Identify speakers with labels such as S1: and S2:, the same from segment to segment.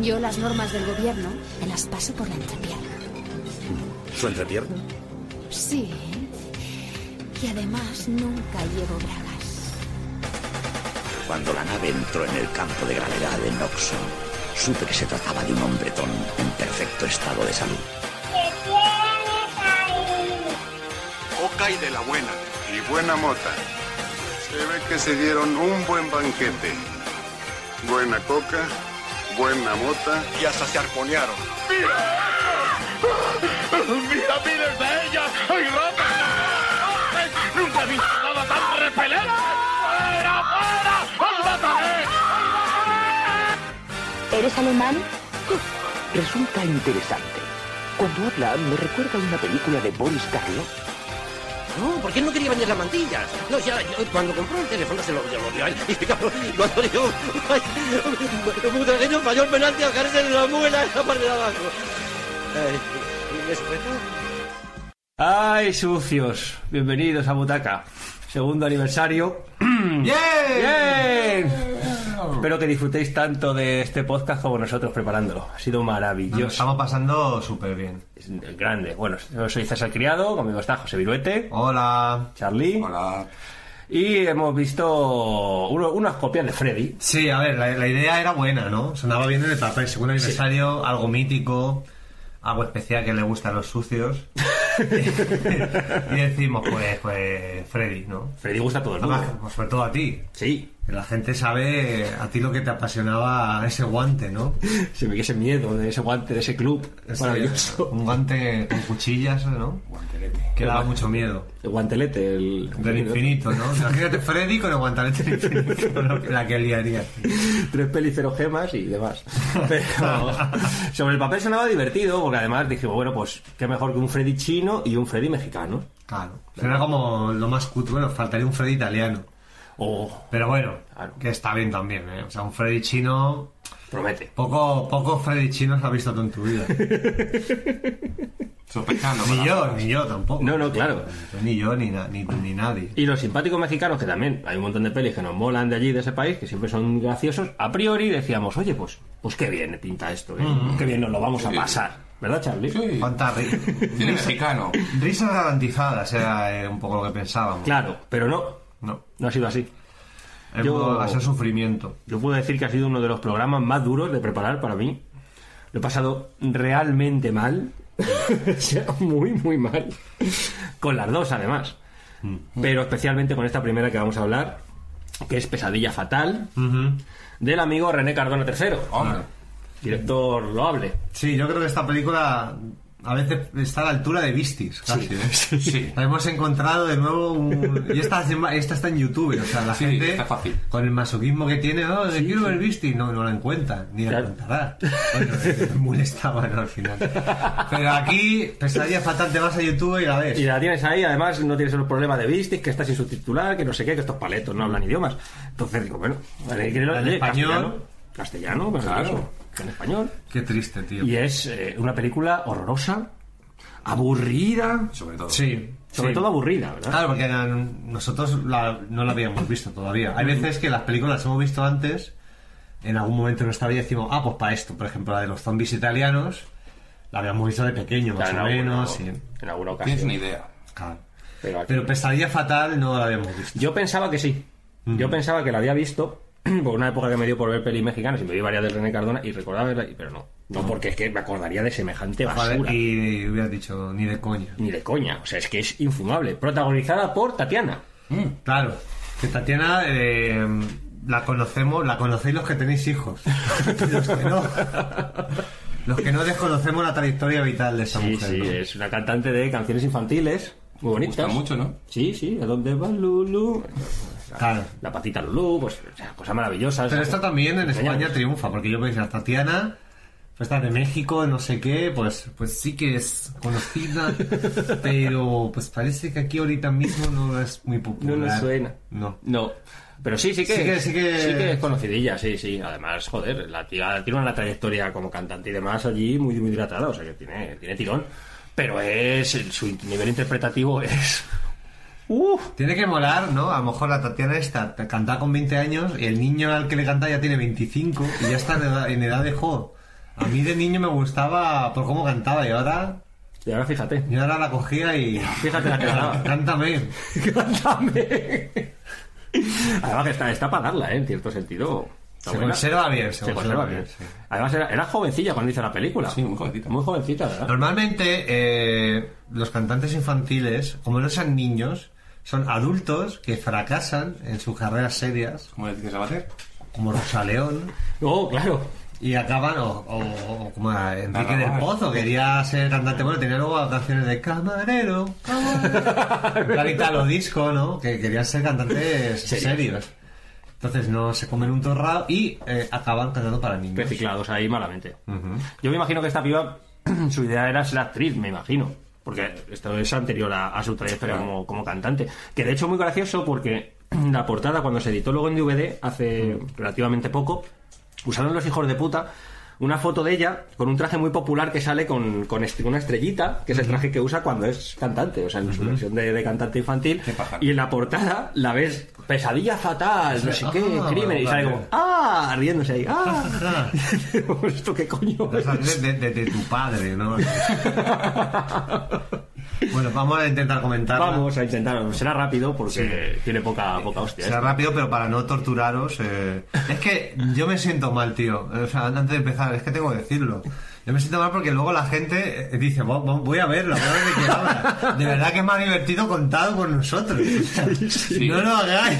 S1: Yo las normas del gobierno me las paso por la entrepierna.
S2: ¿Su entrepierna?
S1: Sí. ¿eh? Y además nunca llevo bragas.
S3: Cuando la nave entró en el campo de gravedad de Noxo, supe que se trataba de un hombretón en perfecto estado de salud.
S4: ¿Qué tienes ahí?
S5: Oca y de la buena. Y buena mota. Se ve que se dieron un buen banquete. Buena coca, buena mota. Y hasta se arponearon.
S6: ¡Mira, miles de ellas! ¡Ay, ropa! ¡Ay, ¡Nunca he visto nada tan repelente! ¡Fuera, fuera! ¡Os mataré!
S7: ¿Eres alemán?
S3: Resulta interesante. Cuando habla, me recuerda a una película de Boris Karloff.
S8: No, ¿por qué no quería vender las mantillas? No, ya, yo, cuando compró el teléfono se lo dio a él. Y claro, cuando yo... Ay, mudargueño mayor penante a caerse de la muela en la parte de abajo. Ay, ¿y eso fue todo?
S9: ¡Ay, sucios! Bienvenidos a Butaca. Segundo aniversario. ¡Bien! Espero que disfrutéis tanto de este podcast como nosotros preparándolo. Ha sido
S10: Nos lo
S9: maravilloso.
S10: estamos pasando súper bien.
S9: Es Grande. Bueno, yo soy César Criado, conmigo está José Viruete,
S10: Hola.
S9: Charlie.
S2: Hola.
S9: Y hemos visto uno- unas copias de Freddy.
S10: Sí, a ver, la, la idea era buena, ¿no? Sonaba bien en el papel. Segundo aniversario, algo mítico, algo especial que le gusta a los sucios. y decimos, pues, pues, Freddy, ¿no?
S9: Freddy gusta a todo el
S10: Además,
S9: mundo.
S10: pues, sobre todo a ti.
S9: Sí.
S10: Que La gente sabe a ti lo que te apasionaba ese guante, ¿no?
S9: Se me ese miedo de ese guante, de ese club.
S10: Ese-
S9: Maravilloso.
S10: Un guante con cuchillas, ¿no? Que daba mucho miedo.
S9: El guantelete, el.
S10: Del infinito, ¿no? Imagínate Freddy con el guantelete del infinito, ¿no? la que liaría.
S9: tres pelis, cero gemas y demás. Pero sobre el papel sonaba divertido, porque además dijimos, bueno, pues qué mejor que un Freddy chino y un Freddy mexicano.
S10: Claro. Será como lo más cutre. Bueno, faltaría un Freddy italiano.
S9: O
S10: Pero bueno,
S9: Oh. Claro.
S10: que está bien también, ¿eh? O sea, un Freddy chino...
S9: promete.
S10: Poco, pocos Freddy chinos has visto tú en tu vida.
S2: Sospechando.
S10: Ni
S2: con la-
S10: yo, ni yo tampoco.
S9: No, no, claro.
S10: Ni yo, ni, na- ni, ni nadie.
S9: Y los simpáticos mexicanos, que también hay un montón de pelis que nos molan de allí, de ese país, que siempre son graciosos, a priori decíamos, oye, pues, pues qué bien pinta esto, ¿eh? qué bien nos lo vamos a
S2: Mm. Sí.
S9: pasar. ¿Verdad, Charlie?
S2: Sí.
S10: Cuánta ri-
S2: Cine mexicano.
S10: Risas garantizadas era eh, un poco lo que pensábamos.
S9: Claro, pero no,
S10: No.
S9: no ha sido así.
S10: Es
S9: Yo-
S10: un- va a ser sufrimiento.
S9: Yo puedo decir que ha sido uno de los programas más duros de preparar para mí. Lo he pasado realmente mal. o sea, muy, muy mal. Con las dos, además. Pero especialmente con esta primera que vamos a hablar, que es Pesadilla Fatal, del amigo René Cardona III,
S2: Hombre.
S9: director loable.
S10: Sí, yo creo que esta película a veces está a la altura de Vistis, casi. ¿eh?
S2: Sí.
S10: Hemos encontrado de nuevo un... Y esta, sema- esta está en YouTube, o sea, la
S2: Sí,
S10: gente
S2: está fácil.
S10: con el masoquismo que tiene, no, de quiero ver Vistis, no, no la encuentra, ni la
S9: Claro.
S10: encontrará. Bueno, eh, molestaban al final. Pero aquí, pesadilla fatal, te vas a YouTube y la ves.
S9: Y la tienes ahí, además no tienes el problema de Vistis, que está sin subtitular, que no sé qué, que estos paletos no hablan idiomas. Entonces digo, bueno, vale, que no-
S10: En
S9: oye,
S10: español.
S9: Castellano, castellano pues,
S2: Claro.
S9: eso, En español.
S10: Qué triste, tío.
S9: Y es eh, una película horrorosa, aburrida,
S2: Sobre todo.
S10: Sí.
S9: sobre
S10: sí.
S9: todo aburrida, ¿verdad?
S10: Claro, porque mm, nosotros la- no la habíamos visto todavía. Hay veces que las películas las hemos visto antes, en algún momento de nuestra vida decimos, ah, pues para esto, por ejemplo, la de los zombies italianos, la habíamos visto de pequeño, más
S9: en,
S10: o
S9: alguna,
S10: menos. y-
S9: en alguna ocasión.
S2: Tienes una idea.
S10: claro.
S9: Pero aquí-
S10: Pero Pesadilla Fatal no la habíamos visto.
S9: Yo pensaba que sí. Yo pensaba que la había visto por una época que me dio por ver pelis mexicanas y me vi varias de René Cardona y recordaba verla, y- pero no. No, porque es que me acordaría de semejante basura.
S10: Joder, y hubieras dicho, ni de coña.
S9: Ni de coña. O sea, es que es infumable. Protagonizada por Tatiana.
S10: Claro, que Tatiana eh, la conocemos, la conocéis los que tenéis hijos. los que no. Los que no desconocemos la trayectoria vital de esa
S9: Sí,
S10: mujer.
S9: sí,
S10: ¿no?
S9: es una cantante de canciones infantiles. Muy
S2: Me
S9: bonitas.
S2: gusta mucho, ¿no?
S9: Sí, sí. ¿A dónde va Lulu?
S10: Claro.
S9: La patita Lulú, pues o sea, cosas maravillosas.
S10: Pero esto también en
S9: pues.
S10: España triunfa, porque yo pensé, Tatiana, pues está de México, no sé qué, pues, pues sí que es conocida, pero pues parece que aquí ahorita mismo no es muy
S9: No
S10: popular.
S9: nos suena.
S10: No.
S9: No. Pero sí, sí que,
S10: Sí que- sí que-
S9: es conocidilla, sí, sí. Además, joder, la tía tiene una trayectoria como cantante y demás allí muy, muy dilatada, o sea que tiene, tiene tirón. Pero es, su nivel interpretativo es... ¡Uf!
S10: Tiene que molar, ¿no? A lo mejor la Tatiana esta te canta con 20 años y el niño al que le canta ya tiene 25 y ya está en edad, en edad de juego. A mí de niño me gustaba por cómo cantaba y ahora,
S9: Y ahora fíjate.
S10: y ahora la cogía y.
S9: Fíjate la que daba.
S10: Cántame.
S9: Cántame. Además que está, está para darla, ¿eh? en cierto sentido. Está
S10: Se
S9: buena.
S10: conserva bien, se
S9: Se conserva
S10: conserva
S9: bien.
S10: bien, sí.
S9: Además era, era jovencilla cuando hizo la película.
S2: Sí, muy jovencita.
S9: Muy jovencita, ¿verdad?
S10: Normalmente eh, los cantantes infantiles, como no sean niños, son adultos que fracasan en sus carreras serias,
S2: ¿Cómo le dices a Bater?
S10: como Rosaleón,
S9: Oh, claro.
S10: y acaban, o, o- o como a Enrique del
S2: Carnaval.
S10: Pozo, quería ser cantante, bueno, tenía luego canciones de camarero, camarero, Clarita lo disco, ¿no? Que querían ser cantantes serios. Entonces no se comen un torrado y eh, acaban cantando para niños.
S9: Reciclados ahí malamente.
S10: Ujú.
S9: Yo me imagino que esta piba, su idea era ser actriz, me imagino. Porque esto es anterior a, a su trayectoria como, como cantante. Que de hecho es muy gracioso porque la portada, cuando se editó luego en DVD, hace relativamente poco, usaron los hijos de puta una foto de ella con un traje muy popular que sale con, con est- una estrellita, que es el traje que usa cuando es cantante, o sea, en su versión de, de cantante infantil.
S2: Qué pájaro.
S9: Y en la portada la ves pesadilla fatal, no sé qué,
S10: Ah,
S9: crimen, y sale
S10: vale.
S9: como, ¡ah! riéndose ahí, ¡ah!
S10: Ajá.
S9: ¿Esto qué coño
S10: Los ángeles de, de- de tu padre, ¿no? bueno, vamos a intentar comentarla.
S9: Vamos a intentarlo. Será rápido porque tiene poca, poca hostia.
S10: Será rápido, pero para no torturaros. eh, Es que yo me siento mal, tío. O sea, antes de empezar, es que tengo que decirlo. Yo me siento mal porque luego la gente eh, dice, "Vo- vo- voy a verlo, voy a ver de qué habla". De verdad que es más divertido contado con nosotros. O sea, No lo hagáis.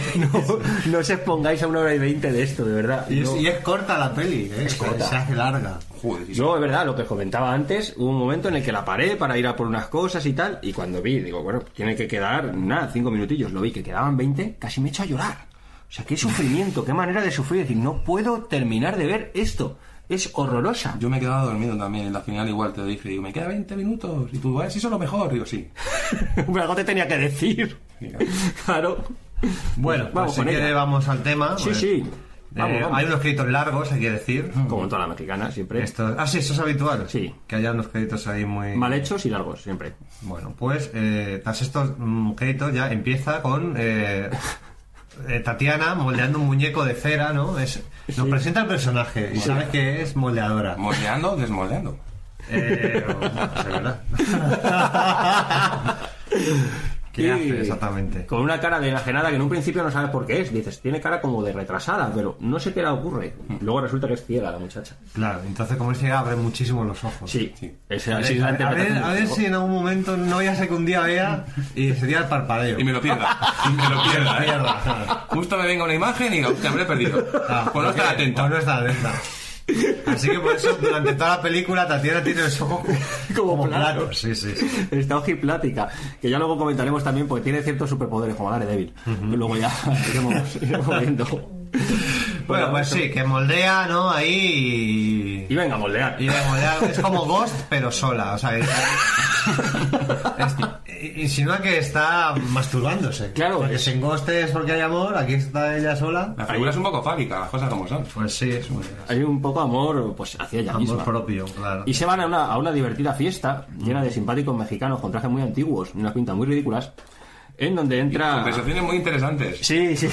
S9: No os expongáis a una hora y veinte de esto, de verdad.
S10: Y, es,
S9: No.
S10: y es corta la peli, eh, o sea,
S9: corta.
S10: se hace larga.
S2: Joder, sí, sí.
S9: Yo, de verdad, lo que os comentaba antes, hubo un momento en el que la paré para ir a por unas cosas y tal, y cuando vi, digo, bueno, tiene que quedar, nada, cinco minutillos, lo vi, que quedaban 20, casi me he hecho a llorar. O sea, qué sufrimiento, qué manera de sufrir, decir, no puedo terminar de ver esto, es horrorosa.
S2: Yo me he quedado dormido también. En la final igual te dije, digo, me queda 20 minutos. Y tú, ¿ves? Eso es lo mejor. Digo, sí.
S9: Hombre, Algo te tenía que decir. Claro.
S10: Bueno,
S9: Vamos
S10: pues si
S9: con
S10: quiere
S9: ella.
S10: vamos al tema.
S9: Sí,
S10: pues,
S9: sí.
S10: eh,
S9: Vamos, vamos.
S10: Hay unos créditos largos, hay que decir.
S9: Como en toda la mexicana, siempre.
S10: Esto- ah, sí, eso es habitual.
S9: Sí.
S10: Que haya unos créditos ahí muy.
S9: Mal hechos y largos, siempre.
S10: Bueno, pues eh, tras estos mm, créditos ya empieza con eh, eh, Tatiana moldeando un muñeco de cera, ¿no? Es, nos presenta el personaje y sabes que es moldeadora.
S2: Moldeando, desmoldeando.
S10: Eh, es verdad. ¿Qué
S9: Y-
S10: hace exactamente?
S9: Con una cara de enajenada que en un principio no sabes por qué es. Dices, tiene cara como de retrasada, pero no sé qué le ocurre.
S10: Hmm.
S9: Luego resulta que es ciega la muchacha.
S10: Claro, entonces como es que abre muchísimo los ojos.
S9: Sí,
S2: Sí.
S9: Esa-
S10: Oh, A
S9: esa es
S10: ver,
S9: la
S10: a ver-
S9: interpretación
S10: a
S9: del
S10: ver
S9: juego.
S10: si en algún momento no ya sé que un día vea y sería el parpadeo.
S2: Y me lo pierda. Y me lo pierda, ¿eh?
S10: Mierda.
S2: Justo me venga una imagen y digo, te habré perdido.
S10: Ah,
S2: Pues no estar
S10: porque-
S2: atento.
S10: o no estar atenta. Así que por eso durante toda la película Tatiana tiene los ojos
S9: Como platos.
S10: Sí, sí, sí.
S9: Está ojiplática, que ya luego comentaremos también porque tiene ciertos superpoderes como Daredevil. Y Luego ya iremos, iremos viendo.
S10: Bueno, pues sí, que moldea, ¿no? Ahí
S9: Y
S10: y...
S9: venga, moldear.
S10: y la moldea es como Ghost, pero sola. O sea, es- es- insinúa que está masturbándose.
S9: Claro.
S10: Porque si en Ghost es porque hay amor, aquí está ella sola.
S2: La figura es un poco fálica, las cosas como son.
S10: Pues sí, es un
S9: Hay un poco amor pues hacia ella misma.
S10: amor propio, claro.
S9: Y se van a una, a una divertida fiesta llena de simpáticos mexicanos con trajes muy antiguos y unas pintas muy ridículas, en donde
S2: Ah.
S9: entra...
S2: Conversaciones muy interesantes.
S9: Sí, sí.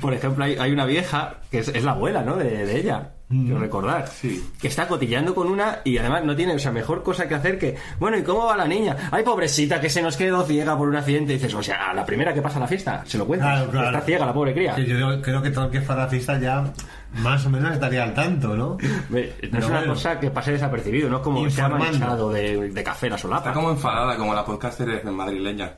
S9: Por ejemplo, hay, hay una vieja, que es, es la abuela, ¿no? De, de ella,
S10: Mm.
S9: quiero recordar.
S2: Sí.
S9: Que está cotillando con una y además no tiene, o sea, mejor cosa que hacer que... Bueno, ¿y cómo va la niña? Ay, pobrecita, que se nos quedó ciega por un accidente. Y dices, o sea, a la primera que pasa la fiesta, se lo cuentas.
S10: Claro, claro.
S9: Está ciega la pobre cría.
S10: Sí, yo creo- creo que todo el que es farracista ya más o menos estaría al tanto, ¿no?
S9: Ve, No
S10: Pero
S9: es una
S10: bueno.
S9: cosa que pase desapercibido, no es como se ha
S10: Informando.
S9: manchado de, de café la solapa.
S2: Está como enfadada, como la podcaster madrileña.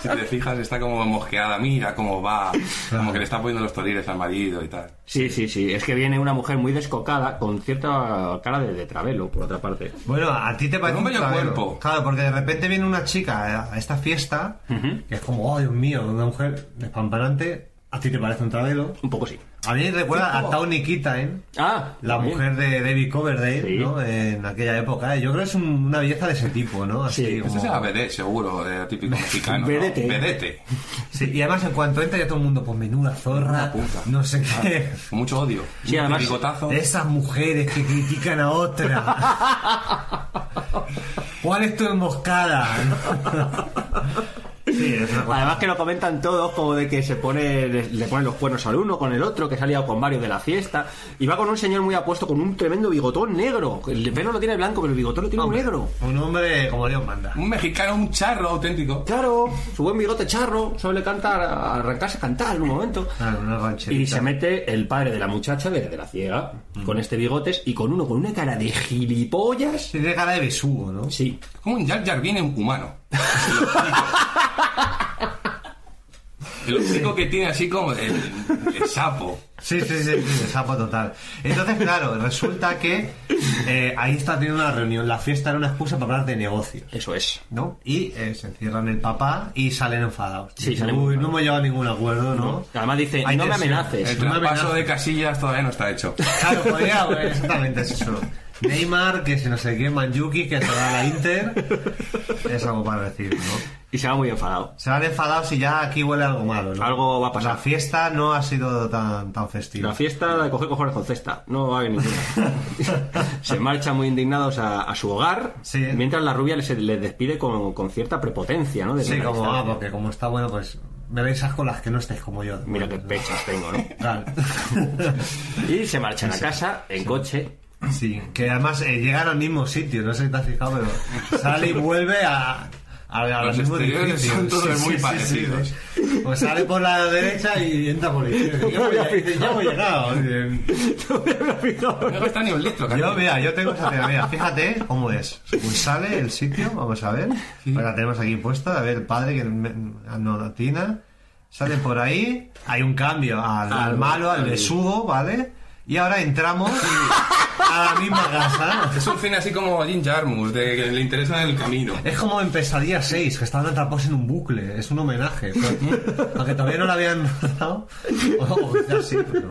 S2: si te fijas, está como mosqueada. Mira cómo va. Como que le está poniendo los toriles al marido y tal.
S9: Sí, sí, sí. Es que viene una mujer muy descocada con cierta cara de, de trabelo, por otra parte.
S10: Bueno, a ti te parece
S2: un bello
S10: trabero.
S2: cuerpo.
S10: Claro, porque de repente viene una chica a esta fiesta que es como, oh Dios mío, una mujer despampanante. A ti te parece un trabelo.
S9: Un poco sí.
S10: A mí me recuerda a Tawny Kitain,
S9: Ah,
S10: la
S9: bien.
S10: mujer de David Coverdale,
S9: Sí.
S10: ¿no? En aquella época. ¿eh? Yo creo que es un- una belleza de ese tipo, ¿no? Así
S9: Sí,
S10: como- ¿eh?
S2: Este será BD, seguro, eh, típico mexicano. ¿no?
S9: Vedete.
S2: Vedete.
S10: Sí, y además en cuanto entra ya todo el mundo, pues menuda zorra,
S2: Una puta.
S10: no sé qué.
S2: Con mucho odio.
S9: Sí, además-
S2: Bigotazo.
S10: Esas mujeres que critican a otra. ¿Cuál es tu emboscada? Sí, es una cosa.
S9: Además que lo comentan todos como de que se pone le, le ponen los cuernos al uno con el otro, que se ha liado con varios de la fiesta y va con un señor muy apuesto con un tremendo bigotón negro. El pelo lo tiene blanco, pero el bigotón lo tiene
S10: Hombre,
S9: negro.
S10: Un hombre como Dios manda.
S2: Un mexicano, un charro auténtico.
S9: Claro, su buen bigote charro, solo le canta a- a arrancarse a cantar en un momento.
S10: Claro, una rancherita.
S9: Y se mete el padre de la muchacha, de, de la ciega, con este bigotes y con uno con una cara de gilipollas.
S10: Tiene cara de besugo, ¿no?
S9: Sí,
S2: Como un Jar Jar viene humano. El hocico que tiene así como el, el sapo.
S10: Sí, sí, sí, sí, sapo total. Entonces, claro, resulta que eh, ahí está teniendo una reunión. La fiesta era una excusa para hablar de negocios,
S9: eso es.
S10: ¿no? Y eh, se encierran el papá y salen enfadados.
S9: Sí,
S10: Dicen,
S9: salen
S10: Uy,
S9: enfadados.
S10: no hemos llegado a ningún acuerdo, ¿no?
S9: Además dice,
S10: Hay
S9: no me
S10: tensión".
S9: amenaces.
S2: El
S10: Una amenaza.
S2: traspaso de casillas todavía no está hecho.
S10: Claro, podría pues. haber, exactamente es eso. Neymar, que si no sé qué, Manjuki, que se va a la Inter. Es algo para decir, ¿no?
S9: Y se va muy enfadado.
S10: Se van enfadados y ya aquí huele algo malo, ¿no?
S9: Algo va a pasar.
S10: La fiesta no ha sido tan, tan festiva.
S9: La fiesta de coger cojones con cesta, no va a haber ninguna. se marchan muy indignados a, a su hogar,
S10: Sí.
S9: mientras la rubia les, les despide con, con cierta prepotencia, ¿no? Desde
S10: Sí,
S9: la
S10: como, ah,
S9: distancia.
S10: porque como está bueno, pues me veis con las que no estáis como yo.
S9: Mira qué pechas tengo, ¿no?
S10: Claro.
S9: Y se marchan a casa en coche.
S10: Sí, que además eh, llegan al mismo sitio, no sé si te has fijado, pero sale y vuelve a... a- a
S2: Los
S10: los mismos
S2: exteriores
S10: edificios.
S2: son todos muy parecidos.
S10: Pues sale por la derecha y entra por la izquierda. Ya
S9: había
S10: hemos- Ya
S9: fijado.
S10: hemos llegado. Bien.
S2: No está ni un litro, casi.
S10: Yo, mira, yo tengo esa teoría. Fíjate cómo es. Pues sale el sitio, vamos a ver. Pues la tenemos aquí puesta. A ver, el padre que me- no la tina. Sale por ahí. Hay un cambio al,
S2: Ah,
S10: al malo, al besugo, ¿vale? Y ahora entramos a la misma casa.
S2: Es un fin así como Jim Jarmus, de que le interesa el camino.
S10: Es como en Pesadilla 6, que estaban atrapados en un bucle. Es un homenaje. Pero- aunque todavía no lo habían dado. O, o quizás sí, pero,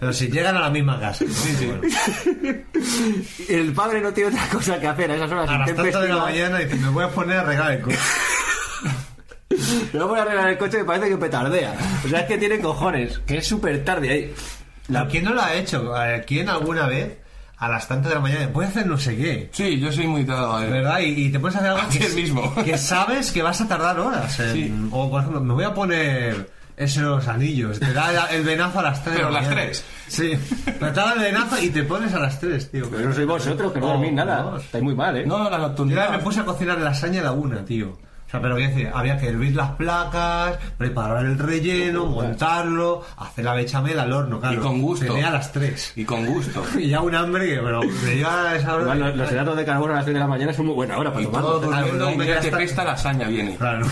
S10: pero si llegan a la misma casa. ¿no? Bueno.
S9: El padre no tiene otra cosa que hacer a esas horas
S10: A las tantas de la
S9: intempestivas.
S10: mañana dices, me voy a poner a regar el coche.
S9: Luego voy a arreglar el coche que parece que petardea. O sea, es que tiene cojones, que es súper tarde ahí.
S10: La- ¿Quién no lo ha hecho? A ver, ¿Quién alguna vez a las tantas de la mañana voy a hacer no sé qué?
S2: Sí, yo soy muy dado a él.
S10: ¿Verdad? Y, y te pones a hacer algo que,
S2: Ayer mismo.
S10: que sabes que vas a tardar horas. en-
S2: Sí.
S10: O, por ejemplo, me voy a poner esos anillos. Te da la- el venazo a las 3.
S2: Pero a las tres.
S10: Sí. Te da el venazo y te pones a las 3, tío.
S9: Pero no sois vosotros, que no dormís nada.
S10: Dios.
S9: Estáis muy mal, ¿eh?
S2: No, la
S10: Yo ya
S2: nocturnidad.
S10: me puse a cocinar lasaña a la una, tío. O sea, pero qué decir, había que hervir las placas, preparar el relleno, montarlo, hacer la bechamel al horno, claro.
S2: Y con gusto.
S10: Tenía a las 3.
S2: Y con gusto.
S10: Y ya un hambre que, pero me lleva a esa hora.
S9: Igual los, los hidratos de carbono a las 6 de la mañana son muy buena hora para
S2: Y
S9: tomar.
S2: todo
S10: Claro,
S2: durmiendo
S10: no,
S2: y mira
S10: me queda
S2: que
S10: hasta-
S2: presta lasaña viene.
S10: Claro.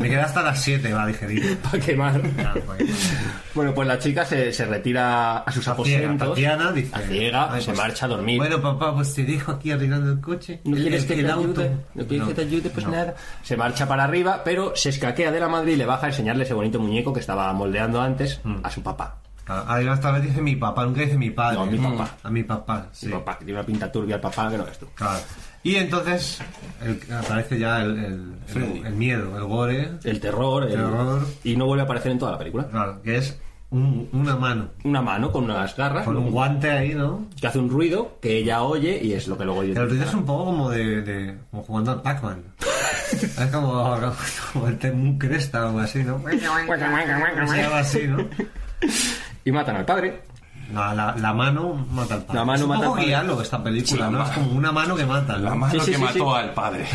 S10: me quedé hasta las 7, va, digerir.
S9: Para quemar.
S10: Claro, pues.
S9: Bueno, pues la chica se, se retira a sus
S10: Ciega,
S9: aposentos.
S10: Tatiana dice.
S9: a ciega,
S10: "Ay,
S9: Pues se
S10: pues,
S9: marcha a dormir.
S10: Bueno, papá, pues te dejo aquí arreglando el coche.
S9: no
S10: El-
S9: quieres
S10: el-
S9: que
S10: el
S9: te
S10: auto".
S9: ayude, no quieres que te ayude, pues
S10: no.
S9: nada. Se marcha para arriba, pero se escaquea de la madre y le baja a enseñarle ese bonito muñeco que estaba moldeando antes a su papá.
S10: Ah, Además, tal vez dice mi papá, nunca dice mi padre.
S9: No, mi
S10: Mm.
S9: papá.
S10: A mi papá, sí.
S9: El papá, que tiene una pinta turbia al papá que no ves tú.
S10: Claro. Y entonces el- aparece ya el, el- el-
S2: Freddy.
S10: el miedo, el gore.
S9: El terror, el-
S10: Terror.
S9: y no vuelve a aparecer en toda la película.
S10: Claro, que es un- una mano
S9: Una mano con unas garras
S10: con un guante ahí, ¿no?
S9: que hace un ruido que ella oye y es lo que luego
S10: El ruido
S9: oye.
S10: es un poco como de, de- como jugando al Pac-Man. es como, como el tema un cresta o algo así, ¿no? Se llama así, ¿no?
S9: Y matan al padre.
S10: No, la, la mano mata al padre.
S9: La mano
S10: es un
S9: mata
S10: poco
S9: al padre.
S10: diálogo esta película,
S2: Sí, la
S10: ¿no? Es
S2: ma-
S10: como una mano que mata. ¿no?
S2: La mano
S9: Sí, sí,
S2: que
S9: sí,
S2: mató
S9: sí.
S2: al padre.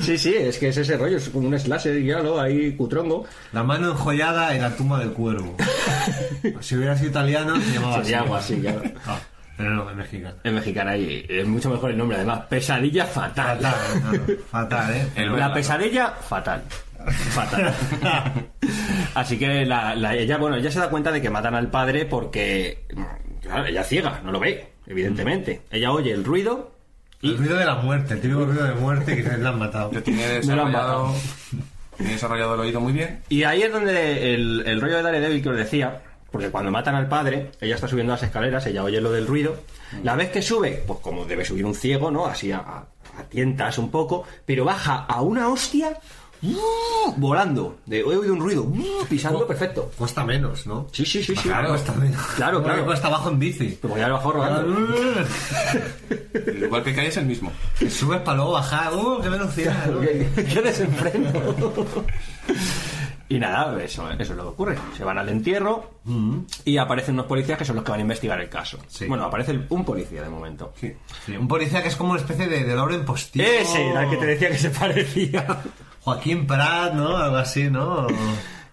S9: Sí, sí, es que es ese rollo, es como un slasher y algo ahí cutrongo.
S10: La mano enjollada en la tumba del cuervo. si hubiera sido italiano, se llamaba
S9: Sería
S10: así.
S9: algo así, claro.
S10: Ah, pero no, es mexicano.
S9: En mexicana y es mucho mejor el nombre, además. Pesadilla fatal.
S10: Fatal, claro, fatal, ¿eh?
S2: El
S9: la
S2: verano.
S9: pesadilla fatal. Fatal. Así que la, la- ella, bueno, ella se da cuenta de que matan al padre porque. Claro, ella ciega, no lo ve, evidentemente.
S10: Mm.
S9: Ella oye el ruido
S10: El ruido de la muerte, el típico ruido de muerte que se la han matado.
S2: Yo tiene
S9: Me lo han
S2: desarrollado,
S9: matado.
S2: tiene desarrollado el oído muy bien.
S9: Y ahí es donde el, el rollo de Daredevil que os decía, porque cuando matan al padre, ella está subiendo las escaleras, ella oye lo del ruido. La vez que sube, pues como debe subir un ciego, ¿no? Así a, a- a tientas un poco, pero baja a una hostia ¡uh! volando. De, he oído un ruido, ¡uh! pisando, perfecto.
S10: Cuesta menos, ¿no?
S9: Sí, sí, sí, sí.
S10: Claro, cuesta menos.
S9: Claro,
S10: Como que
S9: claro.
S10: Cuesta abajo en bici.
S9: Te voy a bajar rodando.
S2: El lugar que cae es el mismo.
S10: Que subes para luego bajar. ¡Uh, qué velocidad! ¿no?
S9: ¿Qué, qué desenfreno. Y nada, eso, eso es lo que ocurre. Se van al entierro y aparecen unos policías que son los que van a investigar el caso.
S10: Sí.
S9: Bueno, aparece un policía de momento.
S2: Sí.
S10: Sí, un policía que es como una especie de, de Lauren Postigo.
S9: Ese era el Eh, que te decía que se parecía.
S10: Joaquín Prat, ¿no? Algo así, ¿no?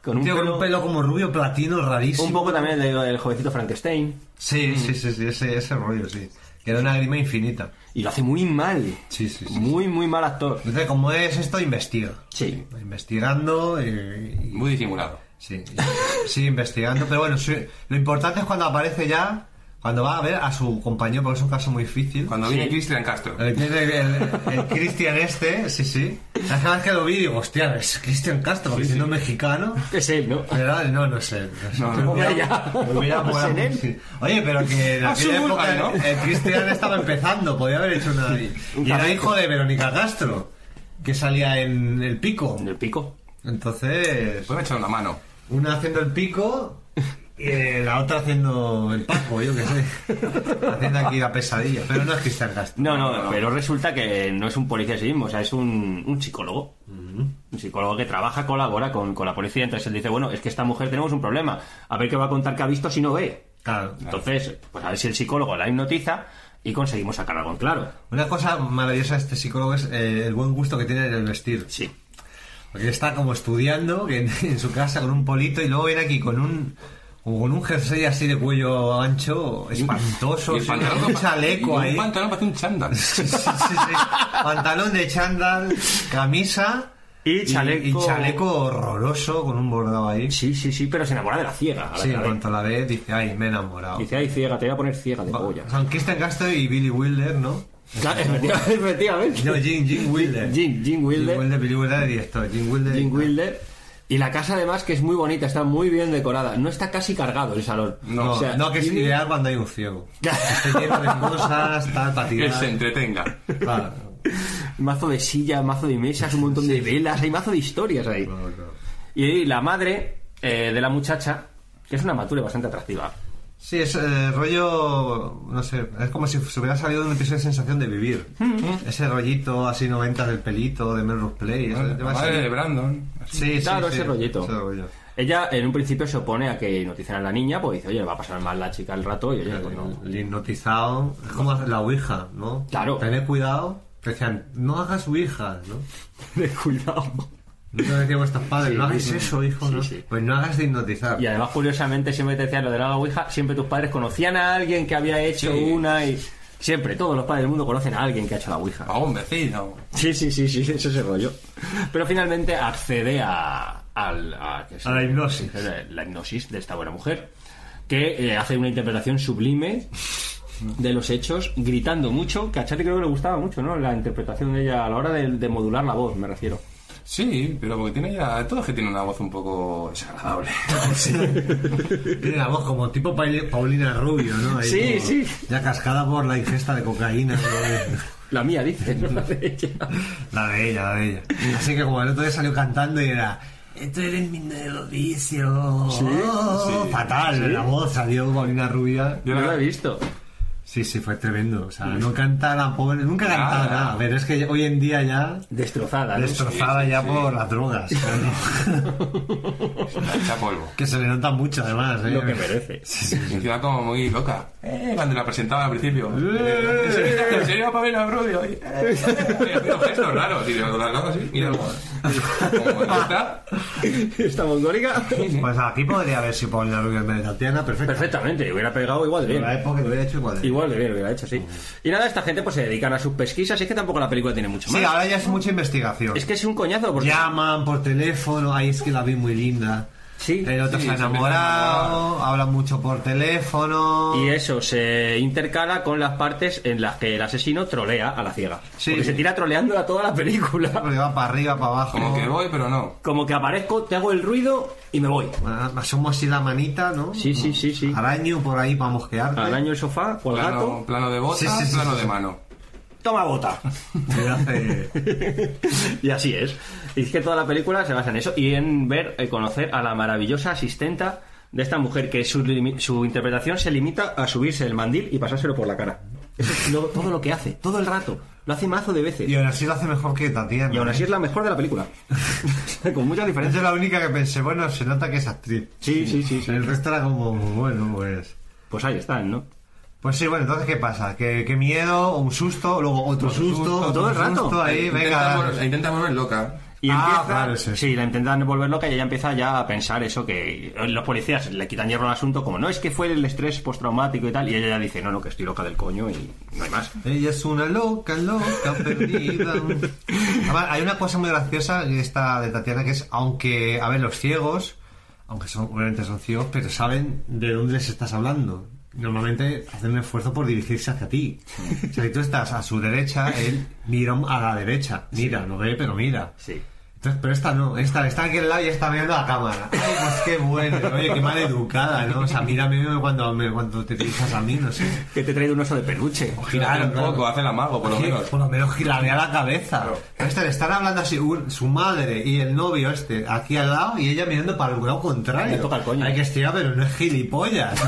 S9: Con un
S10: Tío,
S9: pelo-
S10: con un pelo como rubio platino rarísimo.
S9: Un Mm. poco también el, de- el jovencito Frankenstein.
S10: Sí, sí, sí, sí, ese, ese rollo, sí. Que era una grima infinita.
S9: Y lo hace muy mal.
S10: Sí, sí, sí.
S9: Muy, muy mal actor.
S10: Entonces, como es esto, investiga.
S9: Sí.
S10: Investigando y... y-
S2: Muy disimulado.
S10: Sí, sí, investigando. Pero bueno, sí, lo importante es cuando aparece ya, cuando va a ver a su compañero, porque es un caso muy difícil.
S2: Cuando viene Cristian Castro.
S10: El, el, el- el Cristian este, sí, sí. La cada vez que lo vi digo, hostia, es Cristian Castro, porque siendo mexicano...
S9: Es él, ¿no?
S10: Pero no, no sé. No, sé.
S2: No, no.
S10: Hubiera-
S9: Ya.
S10: hubiera
S9: Pues
S10: molado
S9: en él.
S10: mucho. Oye, pero que en
S2: A
S10: aquella
S2: su
S10: época
S2: vulva, ¿no?
S10: el Cristian estaba empezando, podía haber hecho una... Y era hijo de Verónica Castro, que salía en El Pico.
S9: En el pico.
S10: Entonces...
S2: Puedo echar una mano.
S10: Una haciendo el pico y eh, la otra haciendo el paco, yo qué sé. Haciendo aquí la pesadilla. Pero no es Cristian Castro.
S9: No, no,
S2: No, no.
S9: pero resulta que no es un policía en sí mismo, o sea, es un, un psicólogo. Un psicólogo que trabaja, colabora con, con la policía. Entonces él dice, bueno, es que esta mujer tenemos un problema. A ver qué va a contar que ha visto si no ve.
S10: Claro.
S9: Entonces, pues a ver si el psicólogo la hipnotiza y conseguimos sacar algo en claro.
S10: Una cosa maravillosa de este psicólogo es eh, el buen gusto que tiene en el vestir.
S9: Sí.
S10: Porque está como estudiando que en, en su casa con un polito y luego viene aquí con un con un jersey así de cuello ancho, espantoso,
S2: Y el
S10: sí,
S2: pantalón
S10: un
S2: pa-
S10: chaleco
S2: y
S10: ahí.
S2: Un pantalón parece un chándal.
S10: Sí, sí, sí. Pantalón de chándal, camisa
S9: Y chaleco.
S10: y chaleco horroroso con un bordado ahí.
S9: Sí, sí, sí, pero se enamora de la ciega. A la
S10: Sí,
S9: que la
S10: en
S9: ve.
S10: cuanto la ve, dice, ay, me he enamorado.
S9: Dice, ay, ciega, te voy a poner ciega de polla.
S10: O sea, Kirsten Castro y Billy Wilder, ¿no?
S9: Claro, efectivamente, efectivamente.
S10: No, Jim, Jim Wilder.
S9: Jim- Jim Wilder.
S10: Billy Wilder, director. Jim Wilder.
S9: Jim Wilder. Y la casa además que es muy bonita, está muy bien decorada. No está casi cargado el salón.
S10: No,
S9: O sea,
S10: no, que es
S9: tiene-
S10: ideal cuando hay un ciego. Este lleno de cosas, tal, para
S2: Que se
S10: tirar.
S2: entretenga.
S10: Claro.
S9: Mazo de silla, mazo de mesas, un montón de velas, hay mazo de historias ahí. Y la madre eh, de la muchacha, que es una mature bastante atractiva.
S10: Sí, es eh, rollo, no sé, es como si se hubiera salido de un episodio de Sensación de Vivir.
S9: Mm.
S10: Ese rollito así 90 del pelito, de Melrose Play. ese-
S2: La
S10: lleva ese-
S2: madre de Brandon. así.
S10: Sí, sí,
S9: Claro,
S10: sí,
S9: ese rollito.
S10: ese rollo.
S9: Ella en un principio se opone a que noticen a la niña, pues dice, oye, le va a pasar mal la chica el rato, y oye, pues no.
S10: El hipnotizado es como la ouija, ¿no?
S9: Claro.
S10: Tener cuidado. que Decían, no hagas ouija, ¿no?
S9: Ten cuidado.
S10: No te decían vuestros padres,
S9: Sí,
S10: no hagas
S9: sí,
S10: eso, hijo,
S9: sí,
S10: ¿no?
S9: sí.
S10: Pues no hagas de hipnotizar.
S9: Y además, curiosamente, siempre te decían lo de la Ouija, siempre tus padres conocían a alguien que había hecho
S2: Sí.
S9: una y... Siempre, todos los padres del mundo conocen a alguien que ha hecho la Ouija.
S2: A un vecino.
S9: Sí, sí, sí, sí, eso es el rollo. Pero finalmente accede a, al- a- que es- Eh,
S10: A la hipnosis.
S9: La hipnosis de esta buena mujer, que eh, hace una interpretación sublime de los hechos, gritando mucho, que a Charlie creo que le gustaba mucho, ¿no? La interpretación de ella a la hora de, de modular la voz, me refiero.
S2: Sí, pero porque tiene ya. Todos que tienen una voz un poco desagradable.
S10: Tiene la voz como tipo Paili- Paulina Rubio, ¿no? Ahí
S9: Sí,
S10: como
S9: sí.
S10: Ya cascada por la ingesta de cocaína, ¿no?
S9: La mía, dice, no la de ella.
S10: La de ella, la de ella. Así que como el otro día salió cantando y era... Esto eres mi melodicio. Oh,
S2: sí,
S10: fatal, la voz salió Paulina Rubia.
S9: Yo no la he visto.
S10: Sí, sí, fue tremendo. O sea, no canta la pobre, nunca
S2: Nada.
S10: cantaba nada. Pero es que hoy en día ya
S9: Destrozada, ¿no?
S10: destrozada ya por las drogas.
S2: La echa polvo.
S10: que se le nota mucho además, ¿eh?
S9: Lo que merece.
S2: Y encima como muy loca. Eh, cuando la presentaba al principio. Eh, ¿En serio, ¿En serio Pamela Rubio? Eh, eh, haciendo gestos raros. Y digo, la loca así. Mira, como está.
S9: Esta mongólica.
S10: Pues aquí podría haber sido Paulina Rubio en vez de Tatiana, perfecto.
S9: Perfectamente, hubiera pegado igual de
S10: Pero
S9: bien.
S10: la época que lo hubiera hecho igual. de-
S9: Igual de bien lo hubiera hecho, sí. Y nada, esta gente pues se dedican a sus pesquisas y es que tampoco la película tiene mucho más.
S10: Sí, ahora ya es mucha investigación.
S9: Es que es un coñazo porque...
S10: Llaman por teléfono, ay, es que la vi muy linda.
S9: Sí.
S10: El otro
S2: Sí,
S10: se ha
S2: se
S10: enamorado, habla mucho por teléfono.
S9: Y eso se intercala con las partes en las que el asesino trolea a la ciega.
S10: Sí.
S9: Porque se tira troleando a toda la película.
S10: Porque va para arriba, para abajo.
S2: Como que voy, pero no.
S9: Como que aparezco, te hago el ruido y me voy.
S10: Ah, Asomo así la manita, ¿no?
S9: Sí, sí, sí, sí.
S10: Araño por ahí para mosquearte.
S9: Araño el sofá o el
S2: Plano,
S9: gato.
S2: plano de bota,
S10: Sí, sí, sí,
S2: plano
S10: sí,
S2: de
S10: sí.
S2: mano.
S9: toma bota.
S10: Me hace-
S9: y así es. Y es que toda la película se basa en eso y en ver y conocer a la maravillosa asistenta de esta mujer que su, limi- su interpretación se limita a subirse el mandil y pasárselo por la cara. Eso es lo- todo lo que hace, todo el rato. Lo hace mazo de veces.
S10: Y aún así lo hace mejor que Tatiana.
S9: Y aún así es la mejor de la película. Con mucha
S10: Esa
S9: diferencia.
S10: es la única que pensé, bueno, se nota que es actriz.
S9: Sí, sí, sí, sí.
S10: El resto era como, bueno, pues.
S9: Pues ahí están, ¿no?
S10: Pues sí, bueno, entonces, ¿qué pasa? ¿Qué, qué miedo? ¿Un susto? Luego otro susto.
S9: todo
S10: otro
S9: el rato. Eh,
S10: susto, ahí,
S2: Intenta,
S10: venga.
S2: vol- la intenta volver loca.
S9: Y
S10: Ah,
S9: empieza,
S10: claro, sí,
S9: sí,
S10: sí.
S9: la intentan volver loca y ella empieza ya a pensar eso que los policías le quitan hierro al asunto como no es que fue el estrés postraumático y tal y ella ya dice no no que estoy loca del coño y no hay más.
S10: Ella es una loca, loca, perdida. Además, hay una cosa muy graciosa de esta de Tatiana que es, aunque, a ver, los ciegos, aunque son, obviamente son ciegos, pero saben de dónde les estás hablando. Normalmente hacen un esfuerzo por dirigirse hacia ti. O sea, si tú estás a su derecha, él mira a la derecha. Mira, no ve, pero mira.
S9: Sí.
S10: Entonces, pero esta no, esta está aquí al lado y está mirando a la cámara. Ay, pues qué bueno, oye, qué mal educada, ¿no? O sea, mírame cuando, me- cuando te dirijas a mí, no sé.
S9: Que te he traído un oso de peluche.
S2: Girar un poco, hace el amago, por lo
S10: Sí,
S2: menos.
S10: Por lo menos girarle a la cabeza. Pero Este, le están hablando así un- su madre y el novio este aquí al lado y ella mirando para el lado contrario.
S9: Le toca el coño.
S10: Hay que estirar, pero no es gilipollas.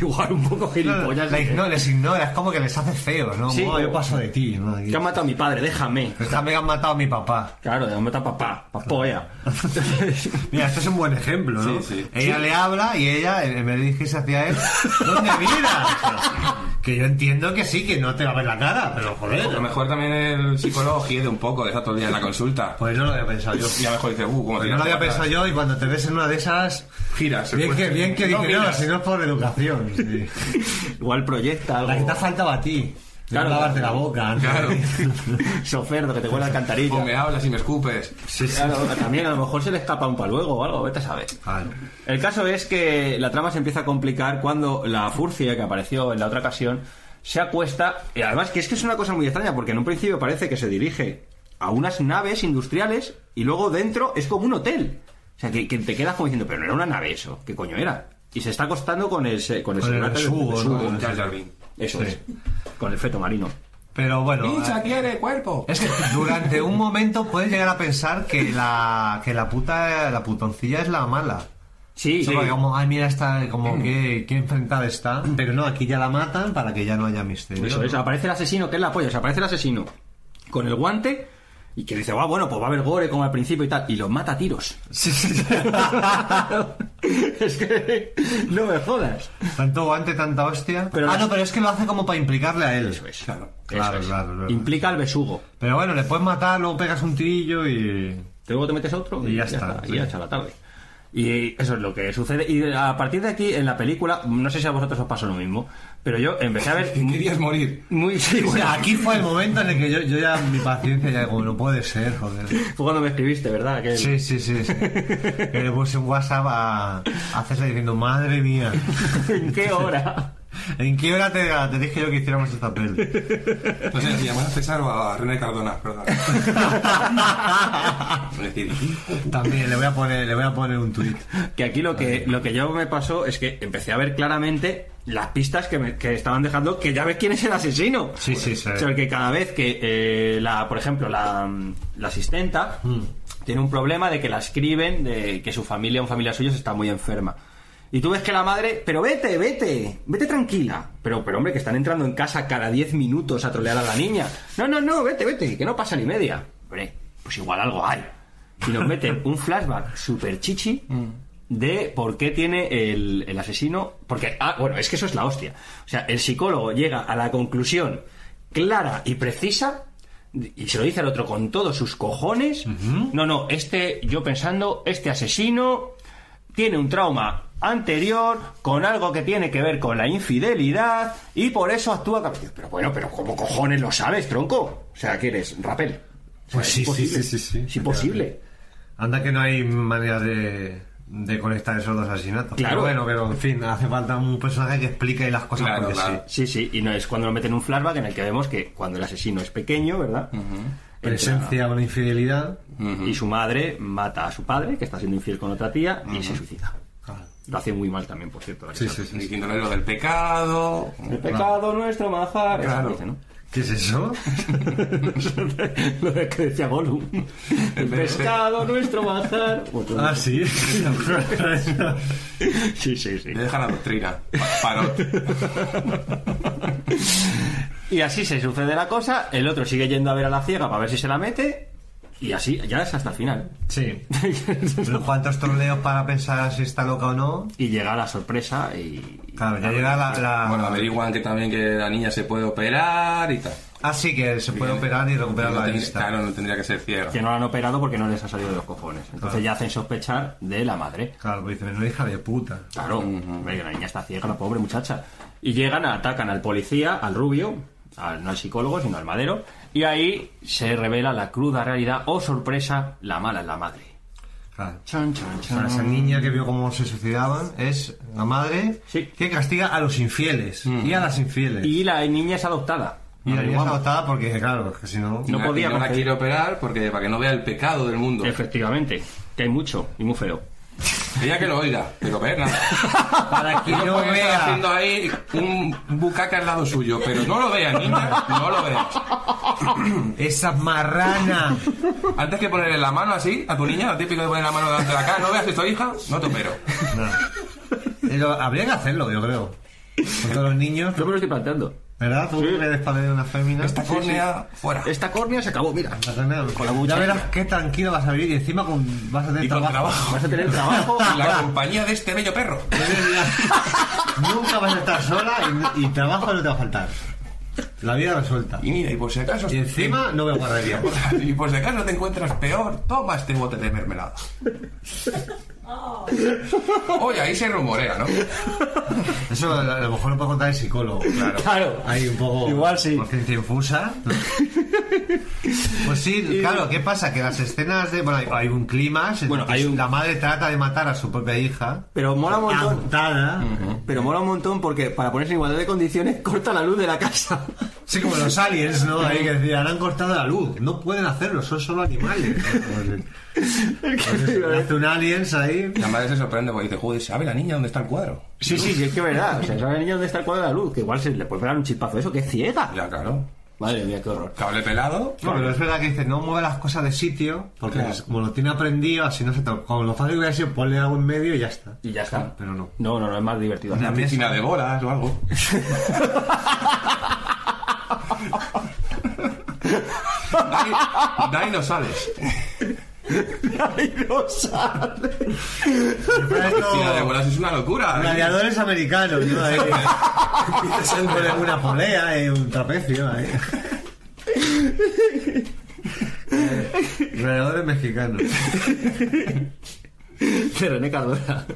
S9: Igual un poco
S10: no,
S9: gilipollas. ¿eh?
S10: la- no, les ignora, es como que les hace feos, ¿no?
S9: Sí.
S10: Oh, yo paso de ti. ¿no?
S9: Que han matado a mi padre, déjame.
S10: Déjame que han matado a mi papá.
S9: Claro, han matado a papá, papoya.
S10: Mira, esto es un buen ejemplo, ¿no?
S2: Sí, sí.
S10: Ella le habla y ella, en vez de dirigirse hacia él, ¿dónde miras? que yo entiendo que sí, que no te va a ver la cara, pero joder.
S2: A lo mejor también el psicólogo hiede un poco, está todo el día en la consulta.
S10: Pues no lo había pensado yo.
S2: Y a lo mejor dice, uh, como
S10: Pues
S2: te
S10: no lo había pensado yo y cuando te ves en una de esas...
S2: Giras.
S10: Bien que, bien que
S2: No,
S10: dije, no,
S2: miras.
S10: si no es por educación. sí.
S9: Igual proyecta algo.
S10: La que te ha faltado a ti.
S9: Claro.
S10: Claro. lavarte la boca. ¿no?
S2: Claro.
S9: Soferdo que te huele a alcantarilla.
S2: O me hablas y me escupes.
S10: Sí, sí.
S9: Claro, también a lo mejor se le escapa un pa' luego o algo, vete a saber.
S10: Claro.
S9: El caso es que la trama se empieza a complicar cuando la furcia que apareció en la otra ocasión se acuesta. Y además, que es que es una cosa muy extraña, porque en un principio parece que se dirige a unas naves industriales y luego dentro es como un hotel. O sea, que, que te quedas como diciendo, pero no era una nave eso, ¿qué coño era? Y se está acostando con el, se- con el
S10: Con el
S9: sobrante de-
S10: besugo,
S9: de
S10: ¿no?
S9: su-
S2: Un Jar Jar Binks.
S9: Eso
S10: Sí.
S9: es. Con el feto marino.
S10: Pero bueno... eh,
S2: Pincha quiere cuerpo.
S10: Es que durante un momento puedes llegar a pensar que la, que la puta la putoncilla es la mala.
S9: Sí, Mm.
S10: Eso
S9: sí.
S10: porque como, ay, mira, está como que, que enfrentada está. Pero no, aquí ya la matan para que ya no haya misterio.
S9: Eso es,
S10: ¿no?
S9: aparece el asesino, que es la polla, o sea, aparece el asesino con el guante y que dice, va, bueno, pues va a haber gore como al principio y tal, y los mata a tiros.
S10: Sí, sí, sí.
S9: es que no me jodas.
S10: Tanto guante, tanta hostia.
S9: Pero
S10: ah,
S9: las-
S10: no, pero es que lo hace como para implicarle a él.
S9: Eso es.
S2: Claro.
S10: Claro,
S9: Eso es.
S10: claro, claro.
S9: Implica al besugo.
S10: Pero bueno, le puedes matar, luego pegas un tirillo y.
S9: Luego te metes otro
S10: Y ya está,
S9: Y
S10: sí.
S9: ya está la tarde. Y eso es lo que sucede. Y a partir de aquí, en la película, no sé si a vosotros os pasó lo mismo, pero yo empecé a ver
S2: Que querías morir.
S9: muy... sí,
S10: O
S9: bueno,
S10: sea, aquí fue el momento en el que yo, yo ya, mi paciencia ya, como no puede ser, joder.
S9: Fue cuando me escribiste, ¿verdad? Aquel-
S10: Sí, sí, sí. sí. Que le puse un WhatsApp a, a César diciendo, madre mía,
S9: ¿En qué hora?
S10: ¿en qué hora te, te dije yo que hiciéramos esta peli?
S2: No sé si llamar a César o a René Cardona, perdón. Es decir,
S10: También le voy a poner, le voy a poner un tuit.
S9: Que aquí lo que, lo que yo me pasó es que empecé a ver claramente las pistas que, me, que estaban dejando, que ya ves quién es el asesino.
S10: Sí, sí, sí.
S9: O sea, que cada vez que, eh, la, por ejemplo, la, la asistenta
S10: Mm.
S9: tiene un problema de que la escriben, de que su familia, un familia suyo, está muy enferma. Y tú ves que la madre, pero vete, vete, vete tranquila. Pero, pero hombre, que están entrando en casa cada 10 minutos a trolear a la niña. No, no, no, vete, vete, que no pasa ni media. Hombre, pues igual algo hay. Y nos meten un flashback super chichi de por qué tiene el, el asesino. Porque, ah, bueno, es que eso es la hostia. O sea, el psicólogo llega a la conclusión clara y precisa y se lo dice al otro con todos sus cojones. No, no, este, yo pensando, este asesino tiene un trauma anterior con algo que tiene que ver con la infidelidad y por eso actúa. cap- Pero bueno, pero ¿cómo cojones lo sabes, tronco? O sea, que eres rapel. O sea,
S10: Pues
S9: es
S10: sí, sí,
S9: imposible.
S10: sí, sí, sí.
S9: Es imposible.
S10: Anda que no hay manera de, de conectar esos dos asesinatos.
S9: Claro.
S10: Pero bueno, pero en fin, hace falta un personaje que explique las cosas
S2: Claro,
S10: porque
S2: claro.
S10: sí.
S9: Sí, sí, y no es cuando lo meten en un flashback en el que vemos que cuando el asesino es pequeño, ¿verdad? Entra-
S10: Presencia una infidelidad.
S9: Y su madre mata a su padre, que está siendo infiel con otra tía, y se suicida. Lo hace muy mal también, por cierto.
S10: Sí, sí, sí.
S2: Diciéndole lo del pecado.
S9: El pecado nuestro, manjar.
S2: Claro.
S9: Eso dice, ¿no?
S10: ¿Qué es eso?
S9: lo de que decía Gollum. El pescado nuestro manjar. Otro.
S10: ah, sí.
S9: Sí, sí, sí.
S2: Le deja la doctrina. Pa- Parot.
S9: Y así se sucede la cosa. El otro sigue yendo a ver a la ciega para ver si se la mete. Y así, ya es hasta el final.
S10: sí. Pero ¿Cuántos troleos para pensar si está loca o no?
S9: y llega la sorpresa y.
S10: Claro, ya llega la... la-
S2: Bueno, averiguan que también que la niña se puede operar y tal.
S10: Ah, sí, que se puede
S2: Bien.
S10: operar y recuperar
S2: No
S10: la
S2: tendría-
S10: vista.
S2: Claro, no tendría que ser ciega.
S9: que no la han operado porque no les ha salido de los cojones. Entonces
S10: Claro.
S9: ya hacen sospechar de la madre.
S10: Claro, pues dice, no hija de puta.
S9: Claro, hombre, que la niña está ciega, la pobre muchacha. Y llegan, atacan al policía, al rubio, al- no al psicólogo, sino al madero. Y ahí se revela la cruda realidad. Oh, sorpresa, la mala es la madre.
S10: Claro.
S9: Chan, chan,
S10: O sea, esa
S9: chan.
S10: niña que vio cómo se suicidaban es la madre
S9: Sí. Mm.
S10: que castiga a los infieles y a las infieles.
S9: Y la niña es adoptada.
S10: Y la niña es adoptada porque, claro, que si no...
S2: Y
S9: No
S2: la- y
S9: podía
S2: No la
S9: concebir.
S2: quiere operar porque para que no vea el pecado del mundo.
S9: Efectivamente, que hay mucho y muy feo.
S2: Ella que lo oiga, pero ver nada.
S10: Para que
S2: Y no
S10: no
S2: puede estar
S10: vea...
S2: haciendo ahí un bucaca al lado suyo, pero no lo veas, niña, no lo veas.
S9: pues-
S10: Esa marrana.
S2: Antes que ponerle la mano así a tu niña, lo típico de poner la mano delante de la cara, no veas esto, hija, no te opero.
S10: No. Pero habría que hacerlo, yo creo. Con todos los niños.
S9: Yo me lo estoy planteando.
S10: ¿Verdad? Tú que eres padre de una fémina.
S2: Esta córnea, fuera.
S9: Esta córnea se acabó, mira.
S10: La fémina-
S9: Con la
S10: ya
S9: bucha.
S10: verás qué tranquilo vas a vivir y encima con- vas a tener
S2: Y con trabajo.
S9: Vas a tener trabajo.
S2: Y La compañía de este bello perro.
S10: Nunca vas a estar sola y, y trabajo no te va a faltar. La vida resuelta.
S2: Y mira, y por si acaso.
S10: Y encima no me guardaría.
S2: Y por si acaso te encuentras peor, toma este bote de mermelada. Oye, ahí se rumorea, ¿no?
S10: Eso a a lo mejor lo puedo contar el psicólogo, claro.
S9: Claro.
S10: Ahí un poco.
S9: Igual sí.
S10: Conciencia infusa. Pues sí, claro, ¿qué pasa? Que las escenas de. Bueno, hay, hay un clima.
S9: Bueno, hay un-
S10: La madre trata de matar a su propia hija.
S9: Pero mola un montón.
S10: Adoptada.
S9: Pero mola un montón porque para ponerse en igualdad de condiciones corta la luz de la casa.
S10: Sí, como los aliens, ¿no? Ahí que decían, han cortado la luz. No pueden hacerlo, son solo animales. Pues hace un aliens ahí.
S2: La madre se sorprende porque dice, joder, ¿sabe la niña dónde está el cuadro?
S9: Sí, sí, sí, es que es verdad. O sea, sabe niña dónde está el cuadro de la luz, que igual se le puede pegar un chispazo eso, que es ciega.
S2: Ya, claro.
S9: Madre mía, qué horror.
S2: Cable pelado.
S10: No, pero es verdad que dice, no mueve las cosas de sitio, porque
S2: Claro.
S10: es- como lo tiene aprendido, así no se te... Como lo fácil hubiera sido, ponle algo en medio y ya está.
S9: Y ya está.
S10: Pero no.
S9: No, no, no, es más divertido.
S2: Una piscina de bolas o algo. Dai, Dai no sales. Piscina de bolas es una locura.
S10: Gladiadores americanos, ¿no? Ahí, empiezan con una polea y un trapecio ahí. Eh, Gladiadores mexicanos.
S9: De René Cardona.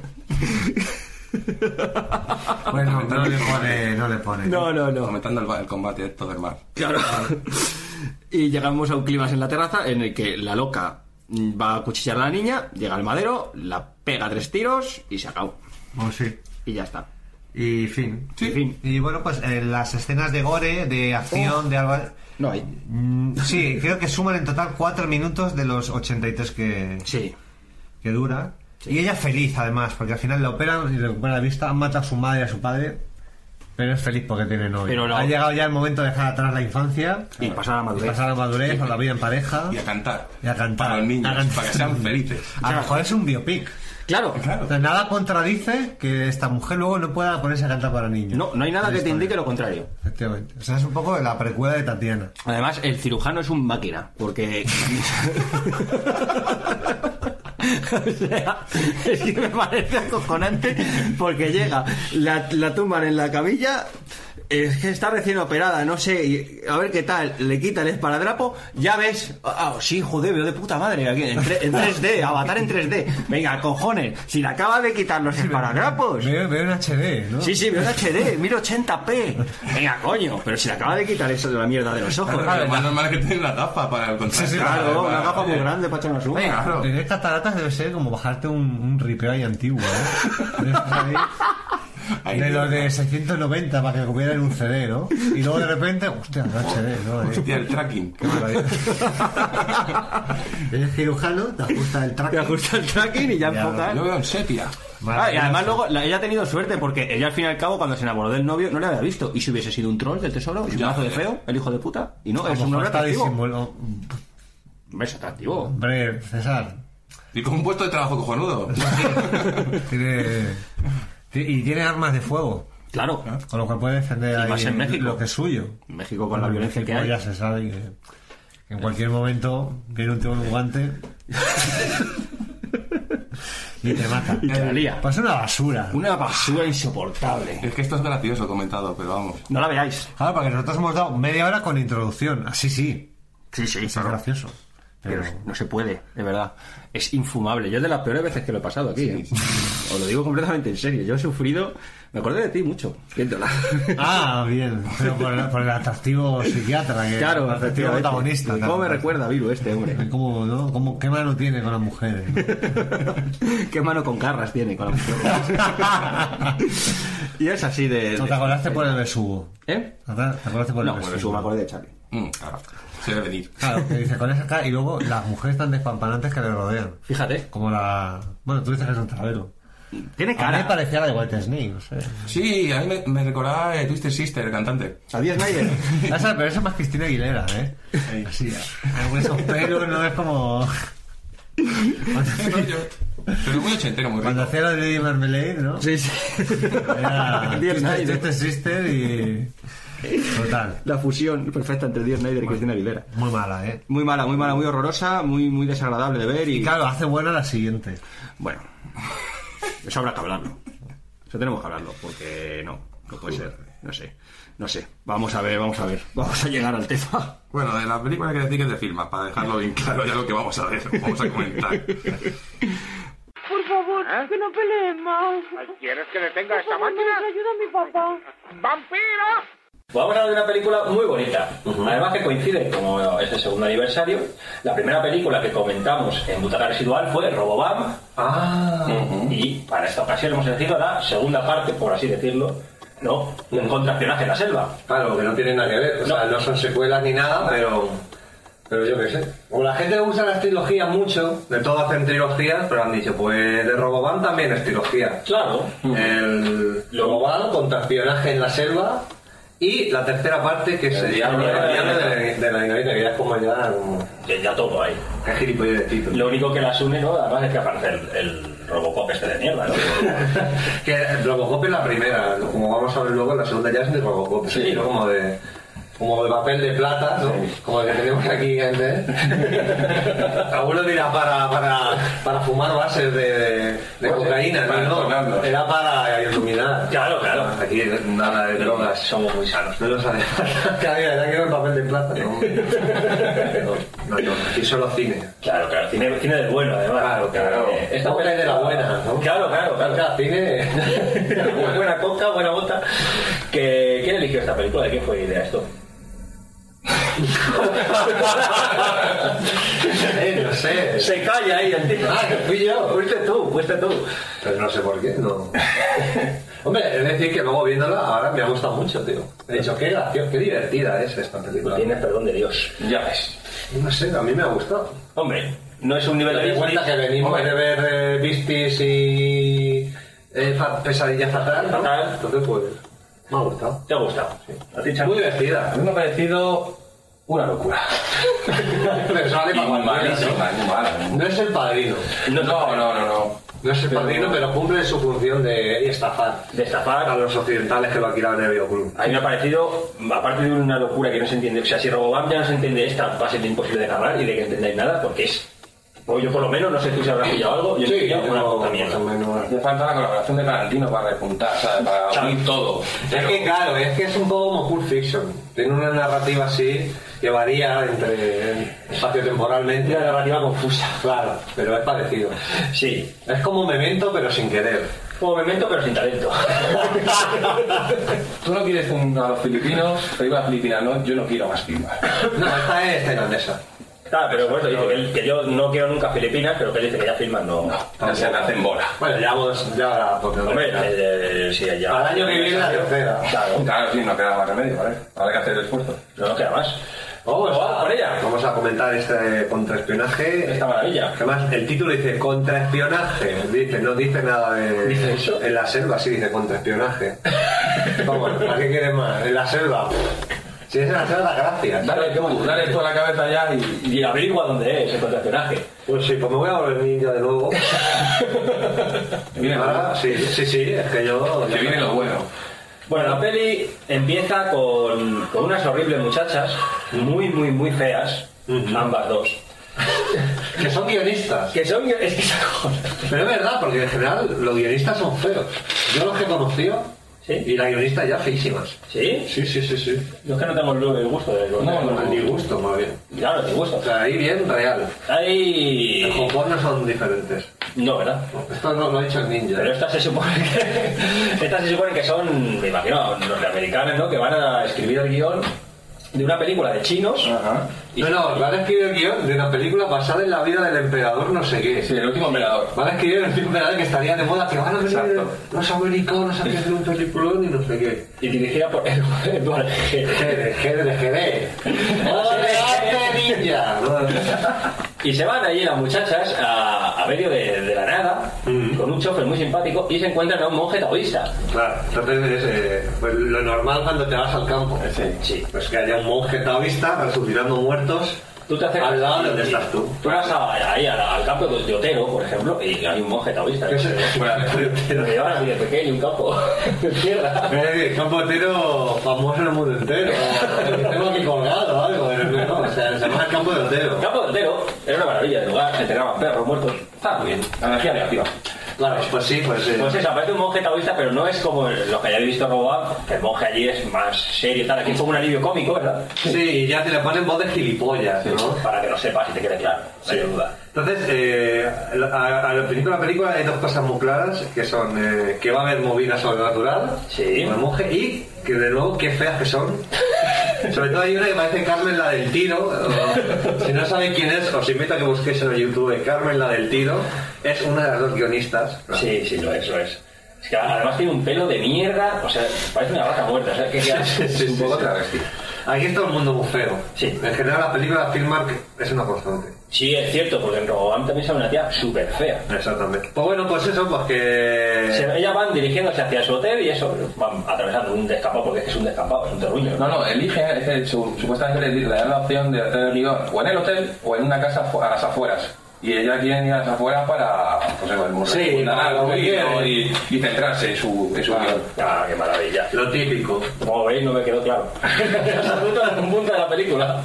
S10: Bueno, no le pone, no le pone.
S9: No, no, no.
S2: Comentando el, ba- el combate todo del mar.
S9: Claro. Y llegamos a un clima en la terraza en el que la loca mm, va a cuchillar a la niña, llega al madero, la pega tres tiros y se acabó.
S10: Pues sí.
S9: Y ya está.
S10: Y fin.
S9: Sí. En fin.
S10: Y bueno, pues eh, las escenas de gore, de acción, de algo...
S9: No hay.
S10: Mm, Sí, creo que suman en total 4 minutos de los 83 que,
S9: Sí.
S10: que dura. Y ella feliz, además, porque al final la operan y recupera la vista, han matado a su madre y a su padre, pero es feliz porque tiene novio.
S9: Pero la-
S10: Ha llegado ya el momento de dejar atrás la infancia
S9: Y pasar a la madurez.
S10: pasar a la madurez, a la vida en pareja
S2: Y a cantar.
S10: y a cantar.
S2: Para los niños,
S10: A cantar.
S2: para que sean felices.
S10: A lo mejor es un biopic.
S9: Claro.
S10: O
S2: Claro.
S10: sea, nada contradice que esta mujer luego no pueda ponerse a cantar para niños.
S9: No, no hay nada
S10: Ahí
S9: que te
S10: está.
S9: indique lo contrario.
S10: Efectivamente. O sea, es un poco la precuela de Tatiana.
S9: Además, el cirujano es un máquina, porque... O sea, es que me parece acojonante porque llega, la, la tumban en la camilla, es que está recién operada, no sé, y a ver qué tal, le quita el esparadrapo, ya ves, ah, sí, joder, veo de puta madre, aquí, en, tre- en 3D, avatar en 3D, venga, cojones, si le acaba de quitar los
S2: Pues
S9: esparadrapos.
S10: Veo, veo en HD, ¿no?
S9: Sí, sí, veo en HD, 1080p. Venga, coño, pero si le acaba de quitar eso de la mierda de los ojos.
S2: Claro, lo más normal es que tienen la gafa para el contraste.
S9: Claro,
S2: Para-
S9: una gafa muy
S2: eh,
S9: grande para echar una suma.
S2: Venga, claro.
S10: Tener cataratas debe ser como bajarte un, un ripeo ahí antiguo, ¿eh? De esos ahí,
S2: Ahí
S10: de
S2: tiene-
S10: los de 690 para que copiaran un CD, ¿no? Y luego de repente, hostia, no HD, ¿no?
S2: Hostia,
S10: Eh,
S2: el tracking.
S10: qué maravilla. Eres cirujano, te ajusta el track.
S9: Te ajusta el tracking y ya
S10: Ya,
S9: enfocas.
S2: Yo veo en sepia.
S9: Ah, y además luego la- ella ha tenido suerte porque ella al fin y al cabo cuando se enamoró del novio no le había visto y si hubiese sido un troll del tesoro y un mazo de feo el hijo de puta y no
S10: A lo
S9: es un
S10: mejor
S9: hombre
S10: está
S9: atractivo
S10: disimulo-
S9: Hombre, es atractivo
S10: Hombre, César.
S2: Y con un puesto de trabajo cojonudo.
S10: Tiene. ti- Y tiene armas de fuego.
S9: claro
S10: Con lo cual puede defender
S9: Y más
S10: ahí
S9: en México.
S10: lo que es suyo.
S9: En México con la violencia que
S10: México pues Ya
S9: hay
S10: se sabe que, que en cualquier momento viene un tío con un guante. y te mata.
S9: Y te la lía.
S10: Pasa una basura.
S9: una basura insoportable
S2: es que esto es gracioso comentado, pero vamos.
S9: no la veáis
S10: Claro, porque nosotros hemos dado media hora con introducción. Así sí.
S9: sí sí
S10: Eso es gracioso.
S9: pero
S10: Pero.
S9: no se puede de verdad es infumable yo es de las peores veces que lo he pasado aquí ¿eh? os lo digo completamente en serio yo he sufrido me acuerdo de ti mucho viéndola
S10: Ah, bien. Pero por el, por el atractivo psiquiatra. Que,
S9: claro
S10: el atractivo
S9: efectivamente.
S10: protagonista.
S9: cómo me
S10: claro.
S9: recuerda a Viru este hombre
S10: ¿Cómo, no? ¿Cómo- ¿Qué mano tiene con las mujeres? no?
S9: Qué mano con carras tiene con la mujer. y es así de.
S10: No te
S9: de-
S10: acordaste por el besugo.
S9: ¿Eh?
S10: ¿No te te acordaste por el
S9: No, bueno, pues eso me acordé de Charlie.
S2: Mm, claro, se debe venir.
S10: Claro, que dice con esa cara. Y luego las mujeres tan despampanantes que le rodean.
S9: Fíjate,
S10: Como la. Bueno, tú dices que es un travero.
S9: tiene
S10: A mí me
S9: cara.
S10: parecía la de White Snake. No sé.
S2: Sí, a mí me, me recordaba eh, Twisted Sister, el cantante.
S9: ¿Sabías, Snyder?
S10: Esa- pero esa es más Cristina Aguilera, ¿eh? Así, eh, con esos pelos, no es como.
S2: Pero muy ochentero, muy
S10: Cuando
S2: rico.
S10: hacía la de Lady Marmalade, ¿no?
S9: sí, sí.
S10: Era.
S9: Dear
S10: Twisted-
S9: Snyder.
S10: Twisted Sister y. Total.
S9: La fusión perfecta entre Dios Snyder y Cristina Aguilera.
S10: Muy mala, ¿eh?
S9: Muy mala, muy mala, muy horrorosa, muy, muy desagradable de ver y.
S10: Y claro, hace buena la siguiente.
S9: Bueno, eso habrá que hablarlo. Eso tenemos que hablarlo, porque no, no puede ser. No sé, no sé. Vamos a ver, vamos a ver. Vamos a llegar al tema.
S2: Bueno, de la película hay que decir que es de firmas, para dejarlo bien claro ya lo que vamos a ver, vamos a comentar.
S7: Por favor, que no peleen más.
S6: ¿Quieres que detenga
S7: Por favor, no les ayuda mi papá.
S6: ¡Vampiro!
S9: Pues Vamos a hablar de una película muy bonita. Además que coincide, como es el segundo aniversario, la primera película que comentamos en Butaca Residual fue Robobam. Y para esta ocasión hemos elegido la segunda parte, por así decirlo, ¿no? Un contraccionaje en la selva.
S10: Claro, que no tienen nada que ver. O sea, no son secuelas ni nada, pero. Pero yo qué sé. Como la gente le gusta las trilogías mucho, de todos hacen trilogías, pero han dicho, pues de Roboban también es trilogía.
S9: Claro.
S10: El Roboban contra espionaje en la selva y la tercera parte que sería
S9: diablo
S10: el
S9: de la
S10: diablo de la-
S9: dinamita.
S10: de la dinamita, que ya es como ya. como-
S9: Que ya todo ahí.
S10: Qué gilipollas de título.
S9: Lo único que las une, ¿no? Además es que aparece el, el Robocop este de mierda, ¿no?
S10: que el Robocop es la primera, como vamos a ver luego, la segunda ya es de Robocop,
S9: Sí.
S10: sí. como de como de papel de plata, ¿no? como el que tenemos aquí en el... Alguno dirá para, para, para fumar bases de, de, de cocaína,
S2: para
S10: ¿no?
S2: tornarnos.
S10: era para iluminar.
S9: Claro, claro.
S10: Aquí nada de drogas.
S9: Somos muy sanos.
S10: No lo sabes. Cada día, ya quiero el papel de plata. No, no, no, no. Aquí solo cine.
S9: Claro, claro. Tiene, tiene del bueno, además.
S10: Claro, claro.
S9: Eh,
S10: Esta peli es de la buena, ¿no?
S9: Claro, claro, claro.
S10: Acá, cine.
S9: buena, coca, buena bota. Que- ¿Quién eligió esta película? ¿De quién fue idea esto?
S10: Eh, no sé.
S9: Se calla ahí el tío.
S10: Ah, que fui yo, fuiste tú, fuiste tú. Pero no sé por qué, no. Hombre, es decir que luego viéndola ahora me ha gustado mucho, tío. He dicho, qué graciosa, qué divertida es esta película.
S9: Tienes perdón de Dios. Ya ves.
S10: No sé, a mí me ha gustado.
S9: Hombre, no es un
S10: Me
S9: nivel de
S10: doy cuenta que venimos de ver eh, Beasties y eh, fa- Pesadilla Fatal, ¿no?
S9: Fatal.
S10: Entonces, pues, me ha gustado.
S9: Te ha gustado. A ti, Charlie?
S10: Muy divertida.
S9: me ha parecido una locura.
S10: Me sale para cualquiera, ¿no?
S2: muy mala.
S10: No es el padrino.
S2: No, no, no, no.
S10: No es el padrino, pero cumple su función de estafar
S9: De estafar
S10: a los occidentales que lo alquilaban en el videoclub.
S9: A mí me ha parecido, aparte de una locura que no se entiende, o sea, si Robobam ya no se entiende esta, va a ser imposible de acabar y de que entendáis nada, porque es, o yo por lo menos, no sé tú si habrás pillado algo, yo no he
S10: Sí,
S9: pillado una
S10: no,
S9: puta
S10: más
S9: mierda.
S10: o menos.
S2: Me falta la colaboración de Tarantino para repuntar, ¿sabes? Para unir todo.
S10: Es que claro, es que es un poco como Pulp Fiction. Tiene una narrativa así que varía entre espaciotemporalmente.
S9: Una narrativa confusa.
S10: Claro, pero es parecido.
S9: Sí,
S10: Es como memento pero sin querer.
S9: como memento pero sin talento.
S2: Tú no quieres un- a los filipinos, películas filipinas, no, yo no quiero más firmas.
S10: No, esta es tailandesa.
S9: Claro, Ah, pero bueno, dice que, él- que yo no quiero nunca Filipinas, pero que él dice que ya filman no.
S2: Ya se me hacen bola.
S10: Bueno, ya vamos, ya ahora porque
S9: Hombre, eh, eh, sí, ya.
S10: Al año que viene la tercera.
S9: Claro,
S2: Claro, sí, no queda más remedio, ¿vale? Habrá que hacer el esfuerzo.
S9: no nos queda más.
S11: Vamos a por ella.
S10: Vamos a comentar este contraespionaje.
S11: Esta maravilla.
S10: Además, el título dice contraespionaje. Dice, no dice nada de.
S11: ¿Dice eso?
S10: En la selva sí dice contraespionaje. Vamos, ¿a qué quieres más? En la selva. Si es en la selva, gracias.
S11: Dale tú, dale tú a la cabeza ya y, y averigua dónde es el contraespionaje.
S10: Pues sí, pues me voy a volver ninja de nuevo.
S11: Viene
S10: Ahora, sí, sí, sí, es que yo.
S11: Que viene lo bueno.
S12: Bueno, la peli empieza con, con unas horribles muchachas, muy, muy, muy feas, ambas dos.
S10: que son guionistas.
S12: Que son guio- es que son-
S10: Pero es verdad, porque en general los guionistas son feos. Yo los que conocía y la guionista ya feísimas.
S12: ¿Sí?
S10: Sí, sí, sí, sí.
S12: Yo es que no tengo el el gusto de
S10: No, no, ni gusto, más bien.
S12: Claro, ni gusto.
S10: O sea, ahí bien real.
S12: Ahí...
S10: Los conformes son diferentes.
S12: No, ¿verdad?
S10: Esto no lo ha hecho el ninja. ¿eh?
S12: Pero estas se supone que, estas se supone que son, me imagino, norteamericanos, ¿no? Que van a escribir el guión de una película de chinos.
S10: No, no, van a escribir el guión de una película basada en la vida del emperador no sé qué. Sí,
S11: el último emperador.
S10: Van a escribir el último emperador que estaría de moda, que van a ver los americanos haciendo un peliculón y no sé qué.
S12: Y dirigida por Edward
S10: Gede. Gede, Gede. ¡Adelante, ninja!
S12: Y se van allí las muchachas a, a medio de, de la nada, con un chofer muy simpático, y se encuentran a un monje taoísta.
S10: Claro, entonces es eh, pues lo normal cuando te vas al campo. Sí. Pues que haya un monje taoísta resucitando muertos
S12: Tú te acercas
S10: al lado
S12: y-
S10: de donde estás tú.
S12: Tú vas a- ahí al, al campo de, de Otero, por ejemplo, y hay un monje taoísta.
S10: ¿Qué es el campo de
S12: Lo llevan así de pequeño, un campo de tierra.
S10: Eh, el campo entero famoso en el mundo entero. Eh, Tengo aquí colgado o algo, pero no, o sea, se llama el campo de Otero.
S12: El campo de Otero era una maravilla de lugar, se entregaban perros muertos. Estaba muy bien, la energía negativa.
S10: Claro, pues sí, pues sí.
S12: Pues eso, aparece un monje taoísta, pero no es como lo que hayáis visto en Robocop, que el monje allí es más serio y tal. Aquí es como un alivio cómico, ¿verdad?
S10: Sí, y ya te le ponen voz de gilipollas, ¿no?
S12: Para que lo sepas y te quede claro, sin duda.
S10: Entonces, eh, al- a- al principio de la película hay dos cosas muy claras, que son eh, que va a haber movida sobrenatural, sí. la monje, y que de nuevo, qué feas que son. Sobre todo hay una que parece Carmen la del tiro. o- si no saben quién es, os invito a que busquéis en YouTube Carmen la del tiro. Es una de las dos guionistas.
S12: Sí, sí, lo es, lo es. Es que además tiene un pelo de mierda, o sea, parece una vaca muerta, o sea, que ya- es un poco travesti.
S10: Aquí está el mundo muy feo. En general, la película Filmark es una constante.
S12: Sí, es cierto, porque en Robocop también sale una tía súper fea.
S10: Exactamente. Pues bueno, pues eso, pues que...
S12: ellas van dirigiéndose hacia su hotel y eso, van atravesando un descapado, porque es que es un descapado, es un terruño.
S2: No, no, elige, es que su- supuestamente le, le dan la opción de hacer el guión o en el hotel o en una casa fu- a las afueras. Y ella quiere ir a las afueras para, pues, eso, el museo,
S10: Sí,
S2: dar
S10: para lo
S2: algo
S10: que
S2: y,
S10: quiere.
S2: y, y centrarse en su, en su guión.
S12: Ah, qué maravilla.
S10: Lo típico.
S12: Como veis, no me quedó claro. Absoluto un punto de la película.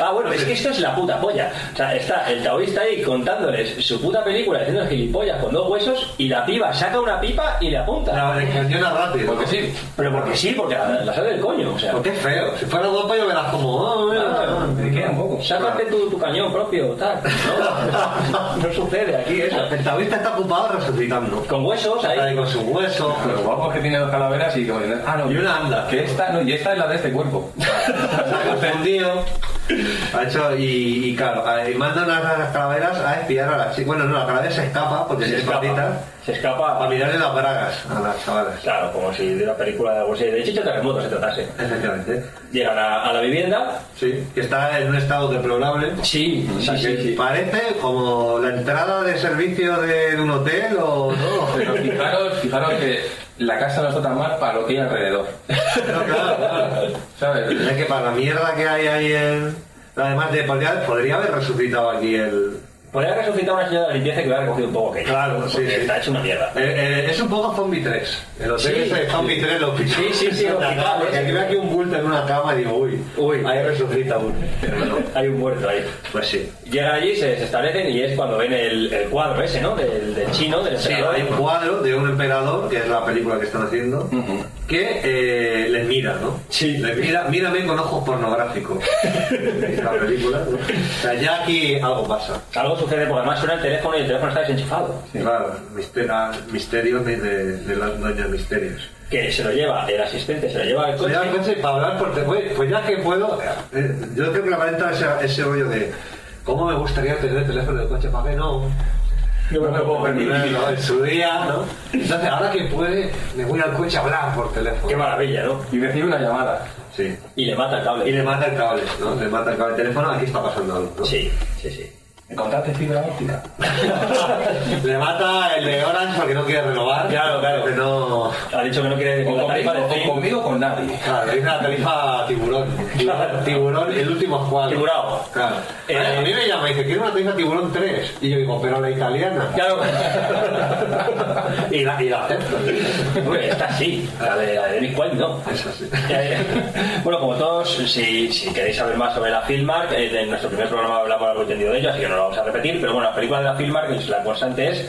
S12: Ah, bueno, es que esto es la puta polla. O sea, está el taoísta ahí contándoles su puta película, diciendo gilipollas con dos huesos, y la piba saca una pipa y le apunta.
S10: La reacciona rápido.
S12: Porque sí. Ah, Pero porque sí, porque la, la sabe del coño. O sea.
S10: Porque es feo. Si fuera guapo yo verás como... "Oh, mira,
S12: Ah,
S10: me queda un poco".
S12: Sácate tu, tu cañón propio, tal. No, no sucede aquí eso.
S10: ¿eh? El taoísta está ocupado resucitando.
S12: Con huesos ahí.
S10: con su hueso.
S2: Los guapos que tiene dos calaveras y como dicen, ah, no,
S10: Y una anda.
S2: Que esta, no, y esta es la de este cuerpo.
S10: confundido. Ha hecho, y, y claro, eh, a- y mandan a las calaveras a espiar a las chicas. Bueno, no, la calavera se escapa porque
S12: Se
S10: se es
S12: escapa.
S10: patita.
S12: Se escapa.
S10: Para mirarle las bragas a las chavalas.
S12: Claro, como si de una película de bolsillo de Chicho Terremoto se tratase.
S10: Efectivamente.
S12: Llegan a, a la vivienda.
S10: Sí, que está en un estado deplorable.
S12: Sí,
S10: O sea,
S12: sí,
S10: que
S12: sí, sí.
S10: Parece como la entrada de servicio de, de un hotel o no.
S2: Pero fijaros, fijaros que la casa no está tan mal para lo que hay alrededor. ¿Sabes?
S10: Es que para la mierda que hay ahí en... Además de... Podría, podría haber resucitado aquí el...
S12: Podría resucitar una señora de limpieza que hubiera recogido un poco que
S10: Claro, sí,
S12: porque
S10: sí.
S12: Está hecho una mierda.
S10: Eh, eh, es un poco Zombie 3. El hotel
S12: Sí,
S10: es el Zombie
S12: sí.
S10: 3 lo pisos.
S12: Sí, sí, sí, los
S10: Claro, Porque
S12: picales.
S10: aquí veo aquí un bulto en una cama y digo, uy, ahí resucita uno. Pero no.
S12: Hay un muerto ahí.
S10: Pues sí.
S12: Llegan allí, se, se establecen y es cuando ven el, el cuadro ese, ¿no? Del, del chino, del
S10: Sí,
S12: emperador.
S10: hay un cuadro de un emperador, que es la película que están haciendo, que eh, les mira, ¿no? Sí. Les mira, mírame con ojos pornográficos. Es la película, ¿no? O sea, ya aquí algo pasa.
S12: Algo sucede porque además suena el teléfono y el teléfono está desenchufado.
S10: Claro, misterio, misterio de, de, de las doñas misterios.
S12: Que se lo lleva el asistente, se lo lleva el
S10: Pues
S12: coche.
S10: ya, entonces, para hablar por teléfono, oye, pues ya que puedo, eh, yo creo que la venta ese, ese rollo de cómo me gustaría tener el teléfono del coche para que no.
S12: Yo
S10: no me puedo permitir, ¿no? En su día, ¿no? Entonces, ahora que puede, me voy al coche a hablar por teléfono.
S12: Qué maravilla, ¿no?
S2: Y recibir una llamada.
S10: Sí.
S12: Y le mata el cable.
S10: Y le mata el cable, ¿no? Le mata el cable de teléfono, aquí está pasando algo.
S12: Sí, sí, sí.
S10: ¿Encontraste fibra óptica? le mata el de Orange porque no quiere renovar.
S12: Claro, claro.
S10: Que no...
S12: Ha dicho que no quiere
S10: o
S12: la
S10: conmigo,
S12: tarifa de
S10: o
S12: fin.
S10: conmigo o con nadie. Claro, es una tarifa tiburón. Tiburón, tiburón, el último jugador.
S12: Tiburado.
S10: Claro.
S12: Eh,
S10: a mí me llama y dice, quiero una tarifa tiburón 3. Y yo digo, pero la italiana.
S12: Claro.
S10: y la, y la acepto.
S12: Hombre, esta sí, la de, la de Eric White no. Eh, bueno, como todos, si, si queréis saber más sobre la Filmark, eh, en nuestro primer programa hablamos algo entendido de ello, así que no lo vamos a repetir, pero bueno, la película de la Filmark, la constante es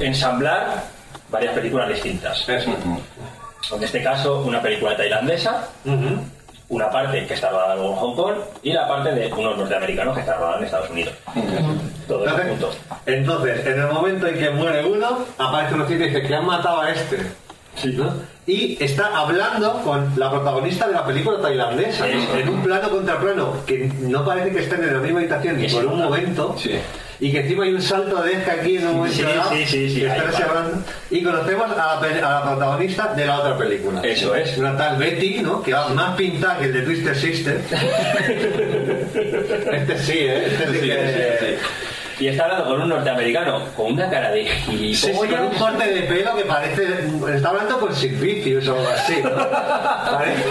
S12: ensamblar varias películas distintas. En este caso, una película tailandesa, una parte que está rodada en Hong Kong y la parte de unos norteamericanos que está rodada en Estados Unidos. Todo eso junto.
S10: Entonces, en el momento en que muere uno, aparece uno y dice que han matado a este. ¿no? Y está hablando con la protagonista de la película tailandesa, ¿no? en un plano contra plano, que no parece que estén en la misma habitación ni por un momento. Y que encima hay un salto de esca aquí en un momento
S12: Sí,
S10: dado,
S12: sí, sí, sí,
S10: que
S12: ahí
S10: están
S12: va.
S10: cerrando. Y conocemos a la, pe- a la protagonista de la otra película.
S12: Eso es.
S10: Una tal Betty, ¿no? Que va más pintada que el de Twister Sister. este sí, ¿eh? Este sí que-
S12: Y está hablando con un norteamericano con una cara de gilipollas.
S10: Sí, sí, con un corte de pelo que parece. Está hablando con Silvicius o algo así. ¿no? Parece-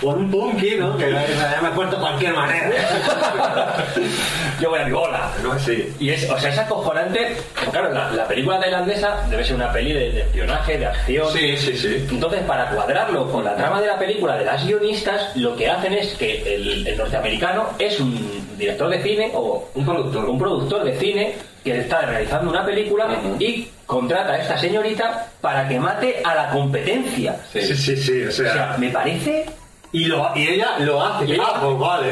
S10: Con un punky, ¿no? Que ya me acuerdo de cualquier manera.
S12: Yo voy a mi bola.
S10: No, sí.
S12: Y es, o sea, es acojonante. porque, Claro, la, la película tailandesa debe ser una peli de, de espionaje, de acción.
S10: Sí, sí, sí.
S12: Entonces, para cuadrarlo con la trama de la película de las guionistas, lo que hacen es que el, el norteamericano es un director de cine o un productor. Un productor de cine que está realizando una película y contrata a esta señorita para que mate a la competencia.
S10: Sí, sí, sí, o sea.
S12: O sea, me parece
S10: y, lo, y ella lo hace.
S12: Y ella-
S10: Ah, pues vale.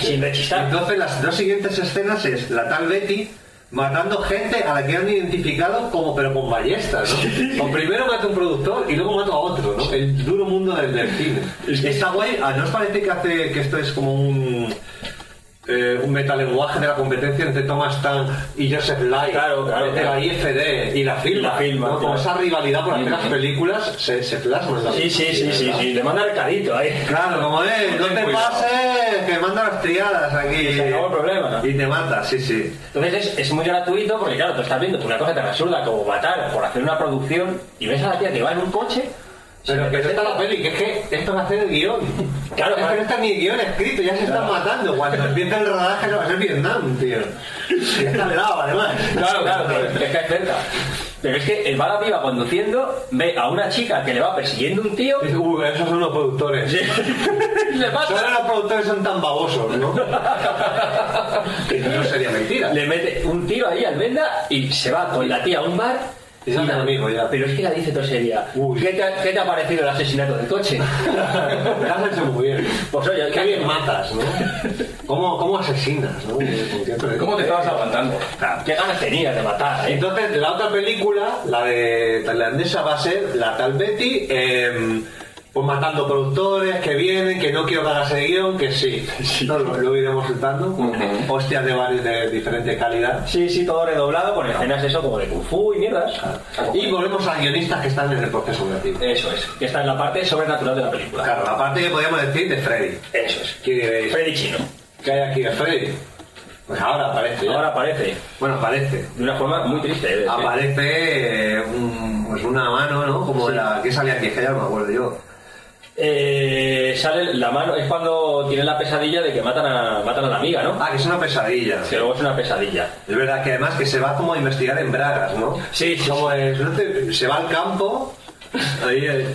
S12: Sin rechistar.
S10: Entonces, las dos siguientes escenas es la tal Betty. Matando gente a la que han identificado como pero con ballestas, ¿no? O primero mata a un productor y luego mata a otro, ¿no? El duro mundo del, del cine. Esta guay, ¿a- ¿no os parece que hace que esto es como un eh, un metalenguaje de la competencia entre Thomas Tank y Joseph Light,
S12: Claro, claro,
S10: entre
S12: claro.
S10: la IFD y la firma,
S12: La Filma,
S10: ¿no? Como
S12: claro.
S10: esa rivalidad por hacer las
S12: Ujú.
S10: películas se, se plasma en la
S12: Sí, sí, sí, sí,
S10: ¿verdad?
S12: sí, le manda recadito ahí.
S10: Claro, como es, no
S12: Ten
S10: te
S12: cuidado.
S10: pases, que mando las triadas aquí.
S12: Y se acabó el problema.
S10: Y te mata, sí, sí.
S12: Entonces es, es muy gratuito porque, claro, tú estás viendo una cosa tan absurda como matar por hacer una producción y ves a la tía que va en un coche.
S10: Pero que no está la peli, que es que esto va a ser el guión.
S12: Claro,
S10: es que no
S12: claro.
S10: está ni el guión escrito, ya se están matando. Cuando empieza el rodaje no va a ser Vietnam, tío. Y está al lado, además.
S12: Claro, claro, pero es que es cerca. Pero es que va la piba conduciendo, ve a una chica que le va persiguiendo un tío.
S10: Dice, "Uy, uh, esos son los productores.
S12: y le
S10: Solo
S12: mata.
S10: los productores son tan babosos, ¿no? Que no sería mentira.
S12: Le mete un tiro ahí al venda y se va con la tía a un bar.
S10: Y se hace
S12: la-
S10: amigo ya.
S12: Pero es que la dice todo sería. ¿Qué te, ha- qué te ha parecido el asesinato del coche?
S10: Lo has hecho muy bien.
S12: Pues oye,
S10: Qué bien matas, ¿no? ¿Cómo, cómo asesinas, no?
S2: ¿Cómo te estabas aguantando?
S12: ¿Qué ganas tenías de matar? eh?
S10: Entonces, la otra película, la de tailandesa, va a ser la tal Betty, eh, pues matando productores que vienen, que no quiero que hagas el guión, que sí. No, lo, lo iremos soltando. Hostias de varios de diferente calidad.
S12: Sí, sí, todo redoblado con escenas eso como de kung fu y mierdas.
S10: Y volvemos a guionistas que están en el proceso creativo.
S12: Eso es, que esta es la parte sobrenatural de la película.
S10: Eh, Claro, la parte que podríamos decir de Freddy.
S12: Eso es.
S10: ¿Qué diréis?
S12: Freddy Chino.
S10: ¿Qué hay aquí de Freddy? Pues ahora aparece. ya.
S12: Ahora aparece
S10: Bueno, aparece.
S12: de una forma muy triste. eh, de-
S10: Aparece eh, un- pues una mano, ¿no? Como de la que salía aquí, que ya no me acuerdo yo.
S12: Eh, sale la mano, es cuando tiene la pesadilla de que matan a, matan a la amiga, ¿no?
S10: Ah, que es una pesadilla.
S12: Que luego es una pesadilla.
S10: Es verdad que además que se va como a investigar en Bragas, ¿no?
S12: Sí, sí,
S10: Como es, no te- se va al campo, ahí eh,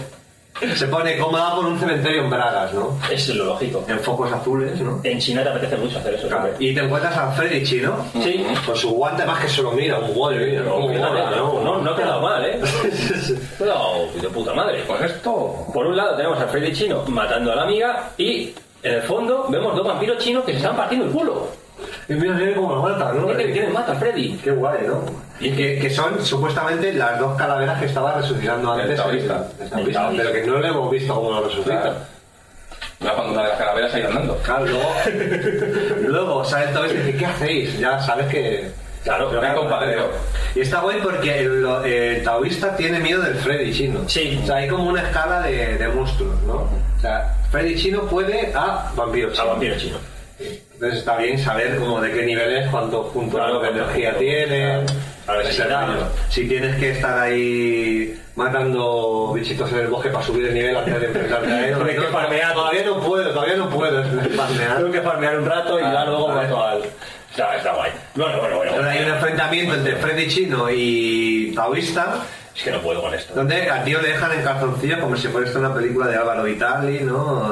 S10: se pone cómoda por un cementerio en Bragas, ¿no?
S12: Es lo lógico.
S10: En focos azules, ¿no?
S12: En China te apetece mucho hacer eso.
S10: Claro.
S12: siempre.
S10: Y te encuentras a Freddy Chino,
S12: Sí.
S10: con su guante más que solo mira, un guante, mira,
S12: No,
S10: cómo
S12: fíjate,
S10: mola,
S12: no, no, no ha quedado mal, ¿eh?
S10: Sí, sí.
S12: No, de puta madre.
S2: Pues esto.
S12: Por un lado tenemos a Freddy Chino matando a la amiga y en el fondo vemos dos vampiros chinos que se están partiendo el culo.
S10: Y mira, mira cómo lo mata, ¿no?
S12: Fíjate que tienen mata a Freddy.
S10: Qué guay, ¿no? Y que, que son supuestamente las dos calaveras que estaba resucitando
S2: El
S10: antes.
S2: taoísta.
S10: El taoísta, pero que no le hemos visto cómo lo resucita.
S2: Claro. Una cuando una de las calaveras ahí andando.
S10: Claro, luego, luego sale todo esto y dice, ¿qué hacéis? Ya sabes que...
S12: Claro,
S10: pero
S2: qué compadreo.
S10: Y está guay porque el, lo- el taoísta tiene miedo del Freddy chino.
S12: Sí.
S10: O sea, hay como una escala de, de monstruos, ¿no? O sea, Freddy Chino puede a Vampiro Chino. A
S12: Vampiro Chino.
S10: Entonces está bien saber como de qué nivel es, cuántos puntos de energía tiene.
S12: A ver si
S10: ese
S12: se da,
S10: rollo.
S12: ¿no?
S10: Si tienes que estar ahí matando bichitos en el bosque para subir el nivel antes de enfrentarte a él.
S12: Tienes que farmear.
S10: Todavía no puedo, todavía no puedo farmear.
S12: Tengo que farmear un rato
S10: Ah,
S12: y ya luego mato al. Está, está guay. Bueno, bueno, bueno.
S10: Ahora hay un enfrentamiento entre Freddy Chino y Taoísta.
S12: Es que no puedo con esto.
S10: Donde al tío le dejan en calzoncillo como si fuera esto una película de Álvaro Vitali, ¿no?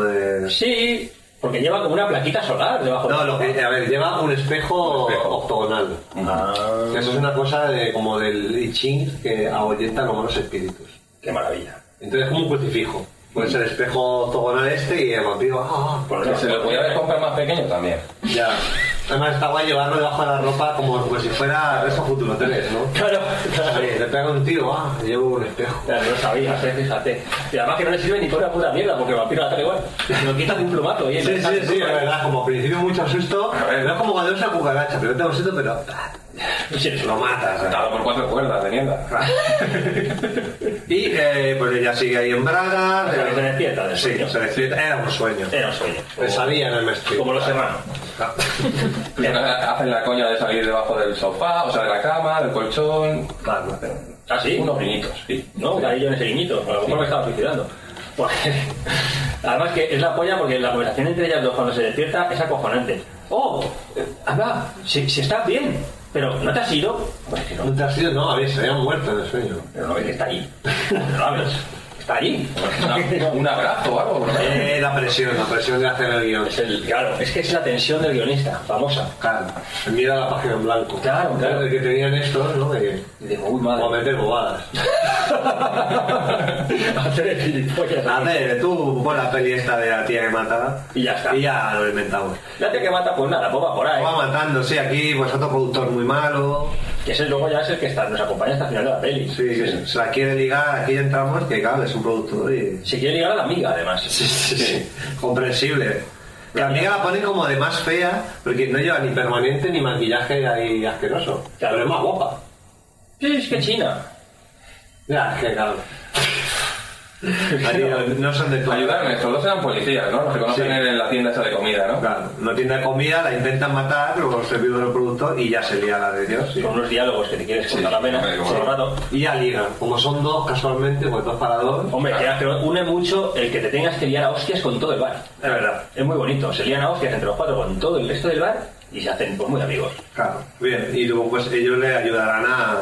S12: Sí, porque lleva como una plaquita solar debajo.
S10: No, lo que, a ver, lleva un espejo, octogonal.
S12: Ah,
S10: Eso es una cosa de, como del I Ching que ahuyenta como los espíritus.
S12: Qué maravilla.
S10: Entonces como un crucifijo. Pues el espejo octogonal este y el vampiro... ¡ah!
S12: Porque se lo podía haber comprado más pequeño también.
S10: Ya. Además está guay llevarlo debajo de la ropa como pues, si fuera eso futuro 3, ¿no?
S12: Claro,
S10: Sí, le pega un tío, ah, llevo un espejo.
S12: Claro, no sabía, sí, fíjate. Y además que no le sirve ni por la puta mierda, porque el vampiro ataca igual. Lo quita de un plumato y él
S10: Sí,
S12: está-
S10: sí, sí, la verdad, como al principio mucho susto, no es como cuando es una cucaracha, pero te da un susto, pero ah, lo matas. ¿sabes?
S2: Atado por cuatro cuerdas de mierda.
S10: Y eh, pues ella sigue ahí en bragas.
S12: Pero se despierta del
S10: Sí,
S12: sueño.
S10: se despierta. Era un sueño.
S12: Era un sueño.
S10: Pesadilla en el mestre.
S12: Como los hermanos. Eh,
S2: Hacen la coña de salir debajo del sofá, o sea, de la cama, del colchón.
S10: Claro,
S12: Ah, sí.
S2: Unos guiñitos, sí.
S12: No, ahí yo en ese guiñito, a lo mejor me estaba suicidando. Pues, Además que es la polla porque la conversación entre ellas dos cuando se despierta es acojonante. ¡Oh! eh, Anda, si, si estás bien, pero ¿no te has ido? Pues que no,
S10: No te has ido, no, a ver, se habían muerto en el sueño.
S12: pero no ves que está allí. No la ves. Está allí.
S2: Un abrazo o algo, por lo menos.
S10: Eh, la presión, la presión de hacer el guión.
S12: Es el- claro, es que es la tensión del guionista, famosa.
S10: Claro, el miedo a la página en blanco.
S12: Claro, claro.
S10: El que tenían estos, ¿no? De,
S12: digo, uy,
S10: o a
S12: madre.
S10: meter bobadas.
S12: Hacer gilipollas.
S10: A ver, tú pon la peli esta de la tía que mata
S12: Y ya está.
S10: y ya lo inventamos.
S12: La tía que mata, pues nada, boba por ahí.
S10: Va matando, sí, aquí, pues otro productor muy malo.
S12: Que ese luego ya es el que está- nos acompaña hasta el final de la peli.
S10: Sí, se la quiere ligar, aquí entramos, que claro, es un productor y...
S12: Se quiere ligar a la amiga, además.
S10: Sí, sí, sí. Comprensible. La amiga la ponen como de más fea, porque no lleva ni permanente ni maquillaje ahí asqueroso.
S12: Claro.
S10: Pero es más guapa.
S12: Sí, es que China.
S10: Ya, es que claro. Ahí no- no son de tu
S2: Ayudarme, estos dos eran policías, ¿no? Los que conocen
S10: Sí.
S2: en la tienda esa de comida, ¿no?
S10: Claro, no tiene comida, la intentan matar, luego se pide el producto y ya se lía la de Dios. sí.
S12: Con unos diálogos que te quieres
S2: Sí,
S12: cortar la pena
S2: hombre,
S12: todo el
S2: bueno.
S12: rato.
S10: Y ya ligan. Como son dos casualmente, pues dos para dos.
S12: Hombre, que- que une mucho el que te tengas que liar a hostias con todo el bar.
S10: Es verdad.
S12: Es muy bonito, se lían a hostias entre los cuatro con todo el resto del bar y se hacen pues, muy amigos.
S10: Claro, bien. Y luego pues ellos le ayudarán a,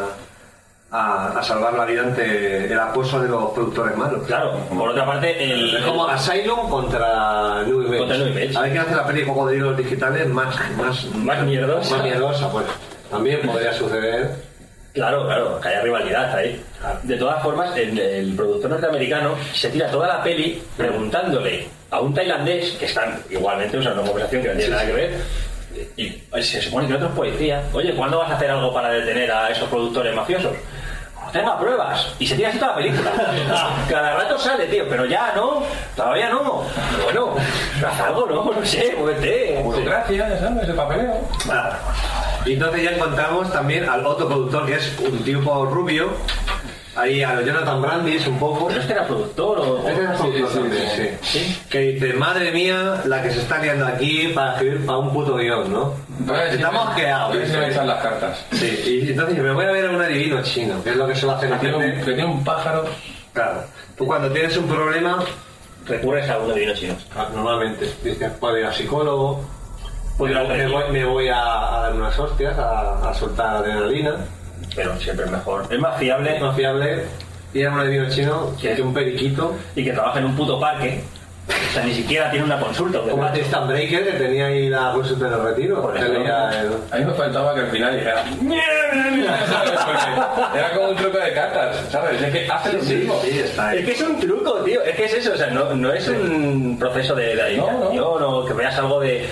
S10: a, a salvar la vida ante el acoso de los productores malos.
S12: Claro, por otra parte, el.
S10: Es como Asylum contra New Image.
S12: Contra New Image.
S10: A ver quién hace la peli de cocodrilos digitales más, más,
S12: Más mierdosa.
S10: más miedosa, pues. También podría suceder.
S12: Claro, claro, que haya rivalidad ahí. De todas formas, el, el productor norteamericano se tira toda la peli preguntándole a un tailandés, que están igualmente usando una conversación que no tiene nada que ver, y se supone que el otro es policía, oye, ¿cuándo vas a hacer algo para detener a esos productores mafiosos? "Cuando Tenga pruebas y se tira así toda la película. Ah, Cada rato sale, tío, pero ya no, todavía no. Bueno, haz algo, ¿no? No sé, muévete.
S2: Burocracia, ya sabes, el papeleo.
S10: Claro. Y entonces ya encontramos también al otro productor, que es un tipo rubio. Ahí a lo Jonathan Brandis un poco.
S12: ¿Pero es que era productor o.?
S10: Ese era el
S2: Sí,
S10: productor
S2: sí,
S10: también,
S2: sí.
S10: sí.
S12: Sí.
S10: Que dice, madre mía, la que se está liando aquí para escribir para un puto guión, ¿no?
S2: Pues,
S10: Estamos
S2: sí,
S10: quedados.
S2: sí, sí, me echan las cartas.
S10: Sí, y entonces yo me voy a ver a un adivino chino, que es lo que suele hacer
S2: Que
S10: la
S2: tiene un-
S10: gente.
S2: que tiene un pájaro.
S10: Claro. Tú cuando tienes un problema,
S12: Recurres a uno de vino chino.
S10: ah, normalmente dices, puedo ir al psicólogo,
S12: Puedo ir al
S10: me voy, me voy a, a dar unas hostias, a, a soltar adrenalina.
S12: pero siempre es mejor. Es más fiable
S10: Es más fiable ir a un adivino chino que que un periquito.
S12: y que trabaja en un puto parque. O sea, ni siquiera tiene una consulta.
S10: Como a Tristan Breaker, que tenía ahí la consulta de retiro.
S12: Por
S10: que
S12: ejemplo.
S10: leía el-
S2: A mí me faltaba que al final dijera "Mierda", ¿sabes? Porque Era como un truco de cartas, ¿sabes? Es que hace lo mismo.
S10: sí, está ahí.
S12: Es que es un truco, tío. Es que es eso. O sea, no, no es un proceso de, de adivinación o que veas algo de...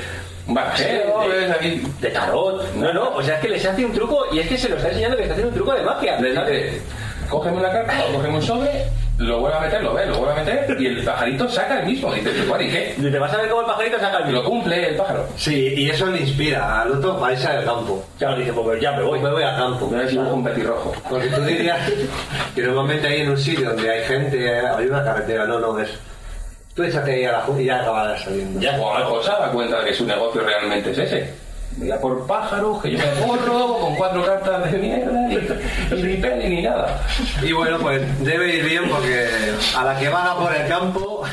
S2: Un
S12: no
S2: barajeo,
S12: sé,
S2: ves aquí.
S12: de tarot. No, no. O sea, es que les hace un truco y es que se lo está enseñando que está haciendo un truco de magia.
S2: Le
S12: ¿sabes?
S2: dice, cógeme una carta o cógeme un sobre, lo vuelve a meter, lo ve, lo vuelve a meter y el pajarito saca el mismo. Dice, "Pero, guardi, ¿qué?
S12: Dice, vas a ver cómo el pajarito saca el
S2: Y lo
S12: vino.
S2: cumple el pájaro.
S10: Sí, y eso le inspira al otro para irse al campo.
S12: Ya lo dice, pues ya me voy.
S10: Me voy al campo.
S2: No es un petirrojo.
S10: Porque tú dirías que normalmente hay en un sitio donde hay gente, eh, hay una carretera, no, no, es Tú échate ahí a la ju- y ya acabarás saliendo.
S12: Ya con algo se da cuenta de que su negocio realmente es ese. Voy a por pájaros, que yo me borro con cuatro cartas de mierda y, y ni peli ni nada.
S10: Y bueno, pues debe ir bien porque a la que vaga por el campo,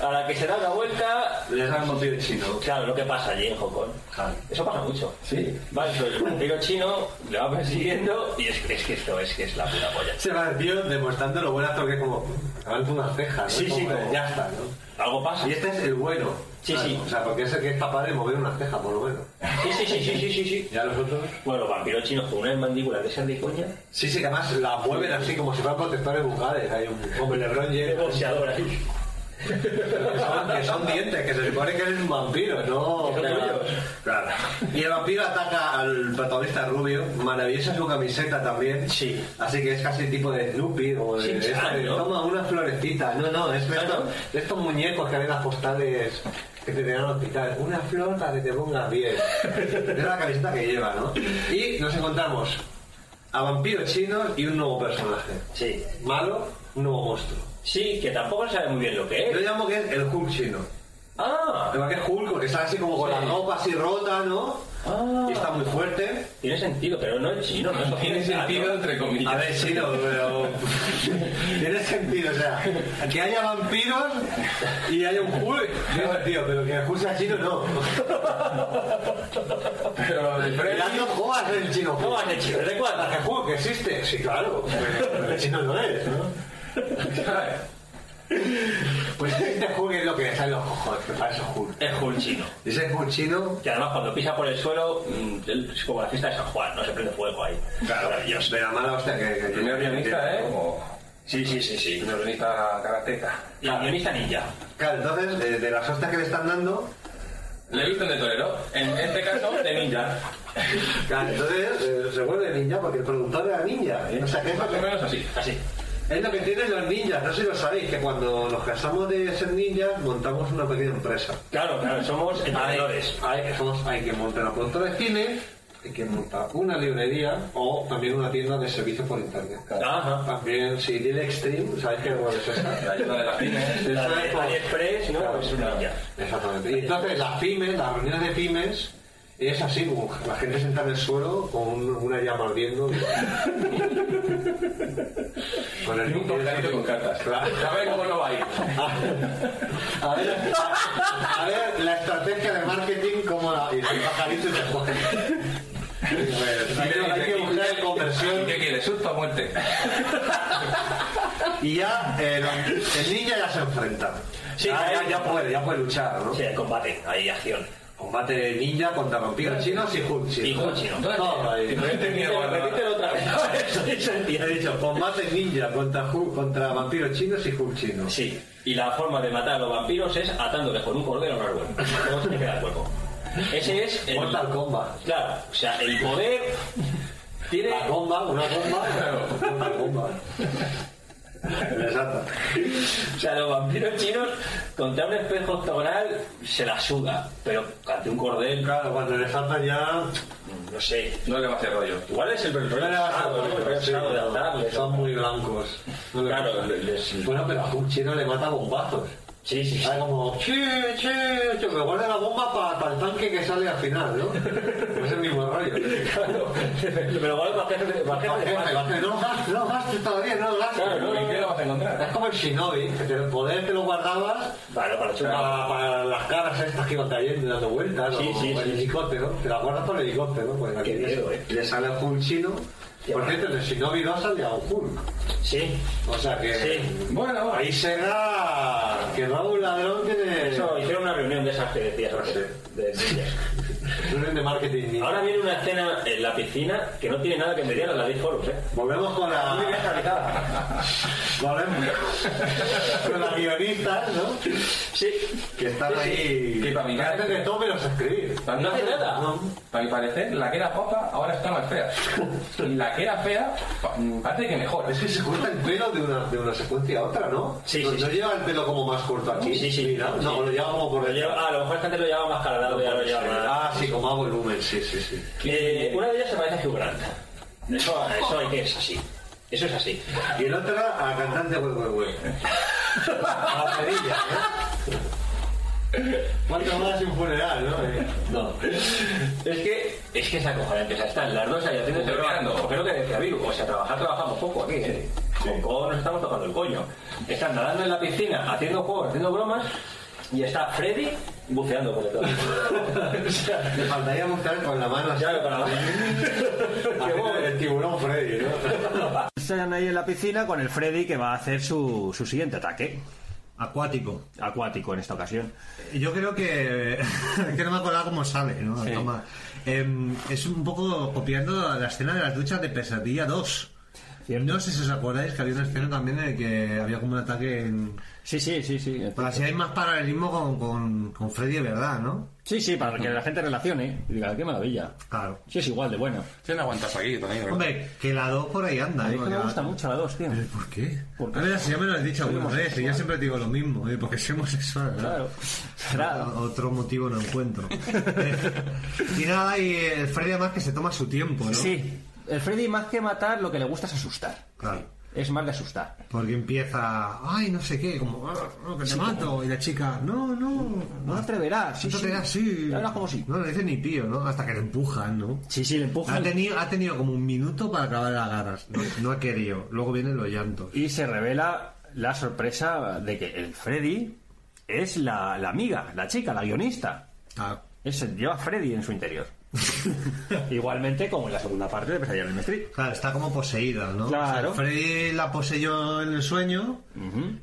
S12: a la que se da la vuelta,
S10: le dan un tiro chino.
S12: Claro, lo que pasa allí en Hong Kong. Eso pasa mucho. Sí. Vale, soy un tiro chino, le va persiguiendo y es, que- es que esto es que es la puta polla.
S10: Se va el tío demostrando lo buen actor que es como. Levanta una ceja, ¿no?
S12: Sí,
S10: Como
S12: sí,
S10: de,
S12: como-
S10: ya está, ¿no?
S12: Algo pasa.
S10: Y este es el bueno.
S12: Sí,
S10: claro,
S12: sí.
S10: O sea, porque es el que es capaz de mover una ceja, por lo menos.
S12: Sí, sí, sí, sí, sí, sí, sí.
S10: Ya los otros.
S12: Bueno, vampiros chinos con unas mandíbulas de esas de coña.
S10: Sí, sí, que además la mueven así como si fueran protectores bucales. Hay un hombre LeBron James.
S12: boxeador ahí.
S10: que, son, que son dientes, que se supone que eres un vampiro, ¿no? Claro. Claro. Y el vampiro ataca al protagonista rubio. Maravillosa su camiseta también. Sí. Así que es casi tipo de Snoopy o de.
S12: Sí,
S10: esta
S12: chan,
S10: de,
S12: ¿no?
S10: Toma una florecita. No, no, es de estos, de estos muñecos que ven las postales que te tenían al hospital. Una flor para que te pongas bien. es la camiseta que lleva, ¿no? Y nos encontramos a vampiros chinos y un nuevo personaje.
S12: Sí.
S10: Malo, un nuevo monstruo.
S12: Sí, que tampoco se sabe muy bien lo que es.
S10: Yo llamo que es el Hulk chino.
S12: Ah.
S10: Además que es Hulk, porque está así como con
S12: Sí.
S10: la ropa así rota, ¿no? Y está muy fuerte.
S12: Ah. Tiene sentido, pero no es chino, no es
S2: Tiene
S12: occidental,
S2: sentido,
S12: ¿no?
S2: entre comillas.
S10: A ver, chino, pero... Tiene sentido, o sea, que haya vampiros y haya un Hulk. Digo, tío, pero que el Hulk sea chino, no.
S2: Pero de
S10: Mirad, no jodas el chino.
S12: ¿Cómo has hecho? ¿De cuál?
S10: ¿Que Hulk existe? Sí, claro. Pero el chino no es, ¿no? Pues este Hulk es lo que sale los cojones, que parece Hulk.
S12: Es Hulk chino.
S10: Ese Hulk chino...
S12: Que además cuando pisa por el suelo mm, es como la fiesta de San Juan, no se prende fuego ahí.
S10: Claro, de la mala hostia que... que
S2: Primer guionista, ¿eh? Como
S12: Sí, sí, sí, sí.
S2: primer guionista karateca.
S12: Y el guionista ninja.
S10: Claro, entonces, eh, de las hostias que le están dando,
S2: Le visten de torero. En este caso, de ninja.
S10: claro, entonces eh, se vuelve ninja porque el productor era ninja. ¿eh? O sea, que es lo
S2: Más o
S10: que,
S2: menos así.
S12: Así.
S10: es lo que tienen los ninjas. No sé si lo sabéis, que cuando nos casamos de ser ninjas, montamos una pequeña empresa.
S12: Claro, claro, somos emprendedores.
S10: Hay, somos, hay que montar una productora de cine, hay que montar una librería o también una tienda de servicios por internet.
S12: Ajá.
S10: También, si tiene Extreme, ¿sabéis qué bueno es esa?
S2: La ayuda de las pymes.
S10: Eso
S12: La
S10: es
S12: de
S10: como-
S12: AliExpress, ¿no?
S10: Claro,
S12: es una ninja.
S10: Exactamente. Y entonces las pymes, las reuniones de pymes, es así, como la gente sentada en el suelo con un- una llama ardiendo. y- con
S2: Y un tornadito con cartas.
S10: Claro.
S2: A ver cómo no va a ir.
S10: A ver, a ver la estrategia de marketing como la... Y el pajarito y se juega. Bueno, hay que buscar conversión.
S2: ¿Qué quieres? ¿Susto o muerte?
S10: Y ya eh, la- el ninja ya se enfrenta.
S12: Sí,
S10: ya, ya-
S12: ahí-
S10: ya puede, ya puede luchar, ¿no?
S12: Sí, el combate, ahí acción.
S10: Combate ninja contra vampiros chinos y Hulk chino.
S12: Y Hulk chino.
S10: Todo ahí.
S2: Pero yo tenía guardado.
S12: Repítelo otra vez. Eso tiene sentido.
S10: He dicho, combate ninja contra, Hulk- contra vampiros chinos y Hulk chino.
S12: Sí, y la forma de matar a los vampiros es atándoles con un cordero a un árbol. No se te queda el cuerpo. Ese es el.
S10: Mortal Kombat.
S12: Claro, o sea, el poder tiene.
S10: La bomba, una bomba, Mortal Kombat. Exacto.
S12: O sea, los vampiros chinos contra un espejo octogonal se la suda, pero ante un cordel,
S10: Claro, cuando le saltan ya...
S12: no sé.
S2: No le va a hacer rollo.
S12: Igual es el
S10: No le
S12: problema.
S10: vas a poder, sí,
S12: de
S10: claro,
S12: atarles.
S10: Son muy blancos. No le
S12: Claro,
S10: vas a-
S12: les-
S10: Bueno, pero a Hulk chino le mata bombazos.
S12: Sí, sí, sí.
S10: Ah, como, che, che, che, que guarda la bomba para el tanque que sale al final, ¿no? No es el mismo rollo.
S12: Claro. Pero igual va a hacer- va a hacer-
S10: Jefe, jefe, No gastes, no gastes todavía, no gastes.
S12: Claro, no,
S2: ¿Y qué lo vas a
S10: Es
S2: encontrar?
S10: como el shinobi, que te- el poder te lo guardabas
S12: Vale, para chupar.
S10: para, para las caras estas que iban cayendo y dando vueltas,
S12: Sí,
S10: o,
S12: sí,
S10: o el
S12: sí.
S10: helicóptero, te las guardas para el helicóptero, pues aquí
S12: Qué miedo,
S10: le-
S12: eh.
S10: le sale un chino.
S12: Qué
S10: Por
S12: bueno.
S10: cierto, en el shinobi 2 salía un Hulk.
S12: Sí,
S10: O sea que
S12: sí.
S2: Bueno, bueno.
S10: ahí será que Raúl Ladrón tiene...
S12: Eso, hicieron una reunión de esas que decías antes, de ninjas.
S10: Reunión de marketing. ninja.
S12: Ahora viene una escena en la piscina que no tiene nada que envidiar a la de Foros, ¿eh?
S10: Volvemos con la. Volvemos con la guionista, ¿no?
S12: Sí.
S10: Que están ahí.
S2: Que para mi
S10: Que hacen
S2: cara-
S10: de todo menos escribir.
S2: Para mí-
S12: pues No hace nada.
S10: No.
S2: Para mi parecer, la que era guapa ahora está más fea. Y la que era fea, pa- parece que mejor.
S10: Ah, Es que se corta el pelo de una, de una secuencia a otra, ¿no?
S12: Sí,
S10: no,
S12: sí,
S10: no
S12: sí.
S10: lleva el pelo como más corto aquí.
S12: Sí, sí,
S10: Mira,
S12: sí.
S10: no, lo lleva como por
S12: Lo lleva- ah, a lo mejor es que antes lo llevaba más cargado y ahora lo lleva más-
S10: Ah, sí, como a volumen, sí, sí, sí.
S12: Eh, una de ellas se parece a Hugh Grant. Eso, eso hay que es así. Eso es así.
S10: Y el otro a cantante web web web. A la cerilla, ¿eh?
S13: ¿Cuánto más un funeral, no? Eh,
S12: No. Es que, es que es acojonante. O sea, están las dos ahí haciendo el programa. Creo que decía Viru, o sea, trabajar trabajamos poco aquí, ¿eh? Con codo nos estamos tocando el coño. Están nadando en la piscina, haciendo juegos, haciendo bromas, y está Freddy buceando por detrás. o sea,
S13: Le faltaría mostrar con la mano así.
S12: con la mano.
S13: Haciendo el tiburón Freddy, ¿no?
S9: Están ahí en la piscina con el Freddy que va a hacer su, su siguiente ataque.
S10: Acuático.
S9: Acuático en esta ocasión.
S10: Yo creo que. que no me acordaba cómo sale, ¿no? La toma. Em, es un poco copiando la escena de las duchas de Pesadilla 2. No sé si os acordáis que había una escena también en la que había como un ataque en.
S9: Sí, sí, sí. sí.
S10: Pero así hay más paralelismo con, con, con Freddy de verdad, ¿no?
S9: Sí, sí, para que la gente relacione y diga, qué maravilla.
S10: Claro.
S9: Sí, es igual de bueno.
S2: Sí, no aguantas aquí también. ¿verdad?
S10: Hombre, que la 2 por ahí anda.
S9: A mí es que
S10: ¿eh?
S9: me
S10: Porque la-
S9: gusta mucho la 2, tío.
S10: Eh, ¿Por qué?
S9: Porque-
S10: Ah, mira, si ya me lo has dicho
S9: Soy
S10: alguna vez, y yo
S9: homosexual.
S10: siempre te digo lo mismo, ¿eh? porque soy homosexual, ¿verdad?
S9: Claro. Será-
S10: Otro- Otro motivo no encuentro. y nada, y el Freddy además que se toma su tiempo, ¿no?
S9: Sí. El Freddy más que matar, lo que le gusta es asustar.
S10: Claro.
S9: Es más de asustar.
S10: Porque empieza, ay, no sé qué, como, "Ah, no, que te
S9: Sí,
S10: mato. Y la chica, no, no,
S9: No te atreverás. Sí,
S10: no
S9: sí.
S10: te das, sí.
S9: Te hablas como si.
S10: No le dicen ni pío, ¿no? Hasta que le empujan, ¿no?
S9: Sí, sí, le
S10: Ha
S9: empujan.
S10: tenido, ha tenido como un minuto para acabar las garras. No, no ha querido. Luego vienen los llantos.
S9: Y se revela la sorpresa de que el Freddy es la, la amiga, la chica, la guionista.
S10: Ah,
S9: Es, lleva a Freddy en su interior. Igualmente como en la segunda parte de Pesadilla en el Street.
S10: Claro, está como poseída, ¿no?
S9: Claro.
S10: O sea, Freddy la poseyó en el sueño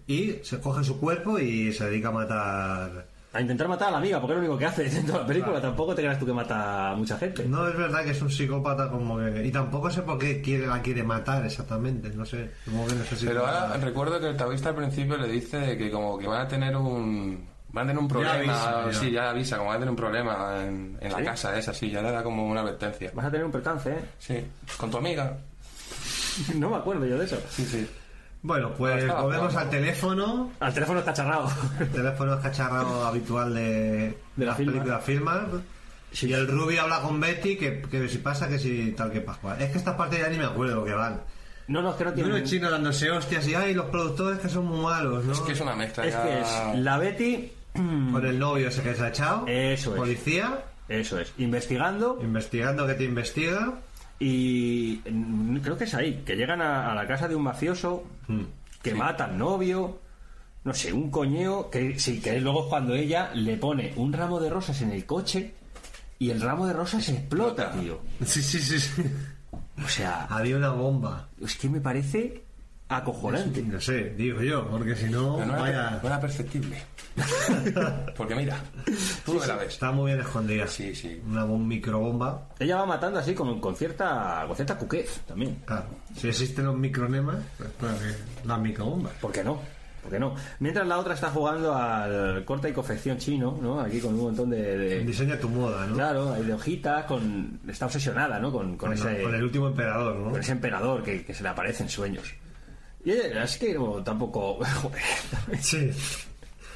S10: y se coge su cuerpo y se dedica a matar.
S9: A intentar matar a la amiga, porque es lo único que hace en toda la película. Tampoco te creas tú que mata a mucha gente.
S10: No es verdad que es un psicópata como que. Y tampoco sé por qué quiere, la quiere matar exactamente. No sé. Como que necesita.
S2: Pero ahora recuerdo que el taoísta al principio le dice que como que van a tener un van a tener un problema,
S10: avisa, ya.
S2: sí, ya avisa, como van a tener un problema en, en la casa esa, sí, ya le da como una advertencia.
S9: Vas a tener un percance, ¿eh?
S2: Sí, con tu amiga.
S9: No me acuerdo yo de eso.
S2: Sí, sí.
S10: Bueno, pues
S2: Estaba
S10: volvemos
S2: jugando.
S10: al teléfono.
S9: Al teléfono está charrado.
S10: El teléfono es cacharrado habitual de,
S9: De la
S10: las
S9: firma.
S10: películas firmas. y el Ruby habla con Betty que, que si pasa, que si tal, que pascual. Es que estas partes ya ni me acuerdo que van.
S9: No, no, es que no tiene.
S10: Uno chino dándose hostias y ay, los productores que son muy malos, ¿no?
S2: Es que es una mezcla.
S9: Es
S2: ya-
S9: que es la Betty.
S10: Con el novio ese que se ha echado.
S9: Eso es.
S10: Policía,
S9: Eso es. Investigando.
S10: investigando que te investiga.
S9: Y mm, creo que es ahí. Que llegan a, a la casa de un mafioso. Que mata al novio. No sé, un coñeo. Que sí, que luego es cuando ella le pone un ramo de rosas en el coche. Y el ramo de rosas explota, tío.
S10: Sí, sí, sí. sí.
S9: O sea,
S10: Había una bomba.
S9: es que me parece acojonante.
S10: No sé, digo yo, porque si no,
S2: Pero no, era,
S10: vaya.
S2: no era perceptible. Porque mira, tú no la ves.
S10: Está muy bien escondida.
S2: Sí, sí.
S10: Una bom- microbomba.
S9: Ella va matando así con, con cierta con cierta cuquez también.
S10: Claro. Si existen los micronemas, pues claro que las microbombas.
S9: ¿Por qué no? ¿Por qué no? Mientras la otra está jugando al corta y confección chino, ¿no? Aquí con un montón de... de-
S10: Diseña tu moda, ¿no?
S9: claro, de hojitas, con, está obsesionada, ¿no? Con, con
S10: Con,
S9: ese,
S10: con el último emperador, ¿no?
S9: con ese emperador que, que se le aparece en sueños. Y ella, es que como, tampoco... joder,
S10: Sí.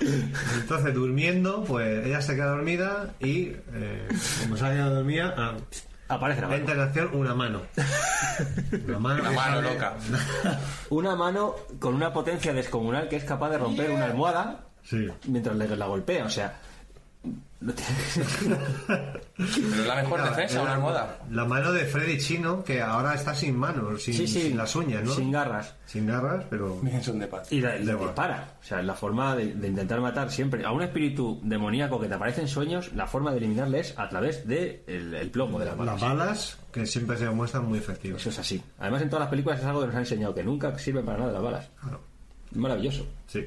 S10: Entonces, durmiendo, pues ella se queda dormida y, eh, como se había dormida, ah,
S9: aparece la mano.
S10: entra en acción una mano. Una mano,
S2: Una
S10: que
S2: mano
S10: sale-
S2: loca.
S9: Una mano con una potencia descomunal que es capaz de romper una almohada
S10: Sí.
S9: mientras le, la golpea, o sea... no tiene-
S2: Pero es la mejor
S10: Nada,
S2: defensa,
S10: era
S2: una almohada.
S10: La mano de Freddy Chino, que ahora está sin manos, sin,
S9: Sí, sí.
S10: sin las uñas, ¿no?
S9: Sin garras.
S10: Sin garras, pero.
S2: Bien, son de paz.
S9: Y la- le
S10: Débora.
S9: dispara. O sea, la forma de, de intentar matar siempre a un espíritu demoníaco que te aparece en sueños, la forma de eliminarle es a través del de el- el plomo de la
S10: Las
S9: bala.
S10: balas, que siempre se demuestran muy efectivas.
S9: Eso es así. Además, en todas las películas es algo que nos han enseñado, que nunca sirven para nada las balas.
S10: Claro.
S9: Maravilloso.
S10: Sí.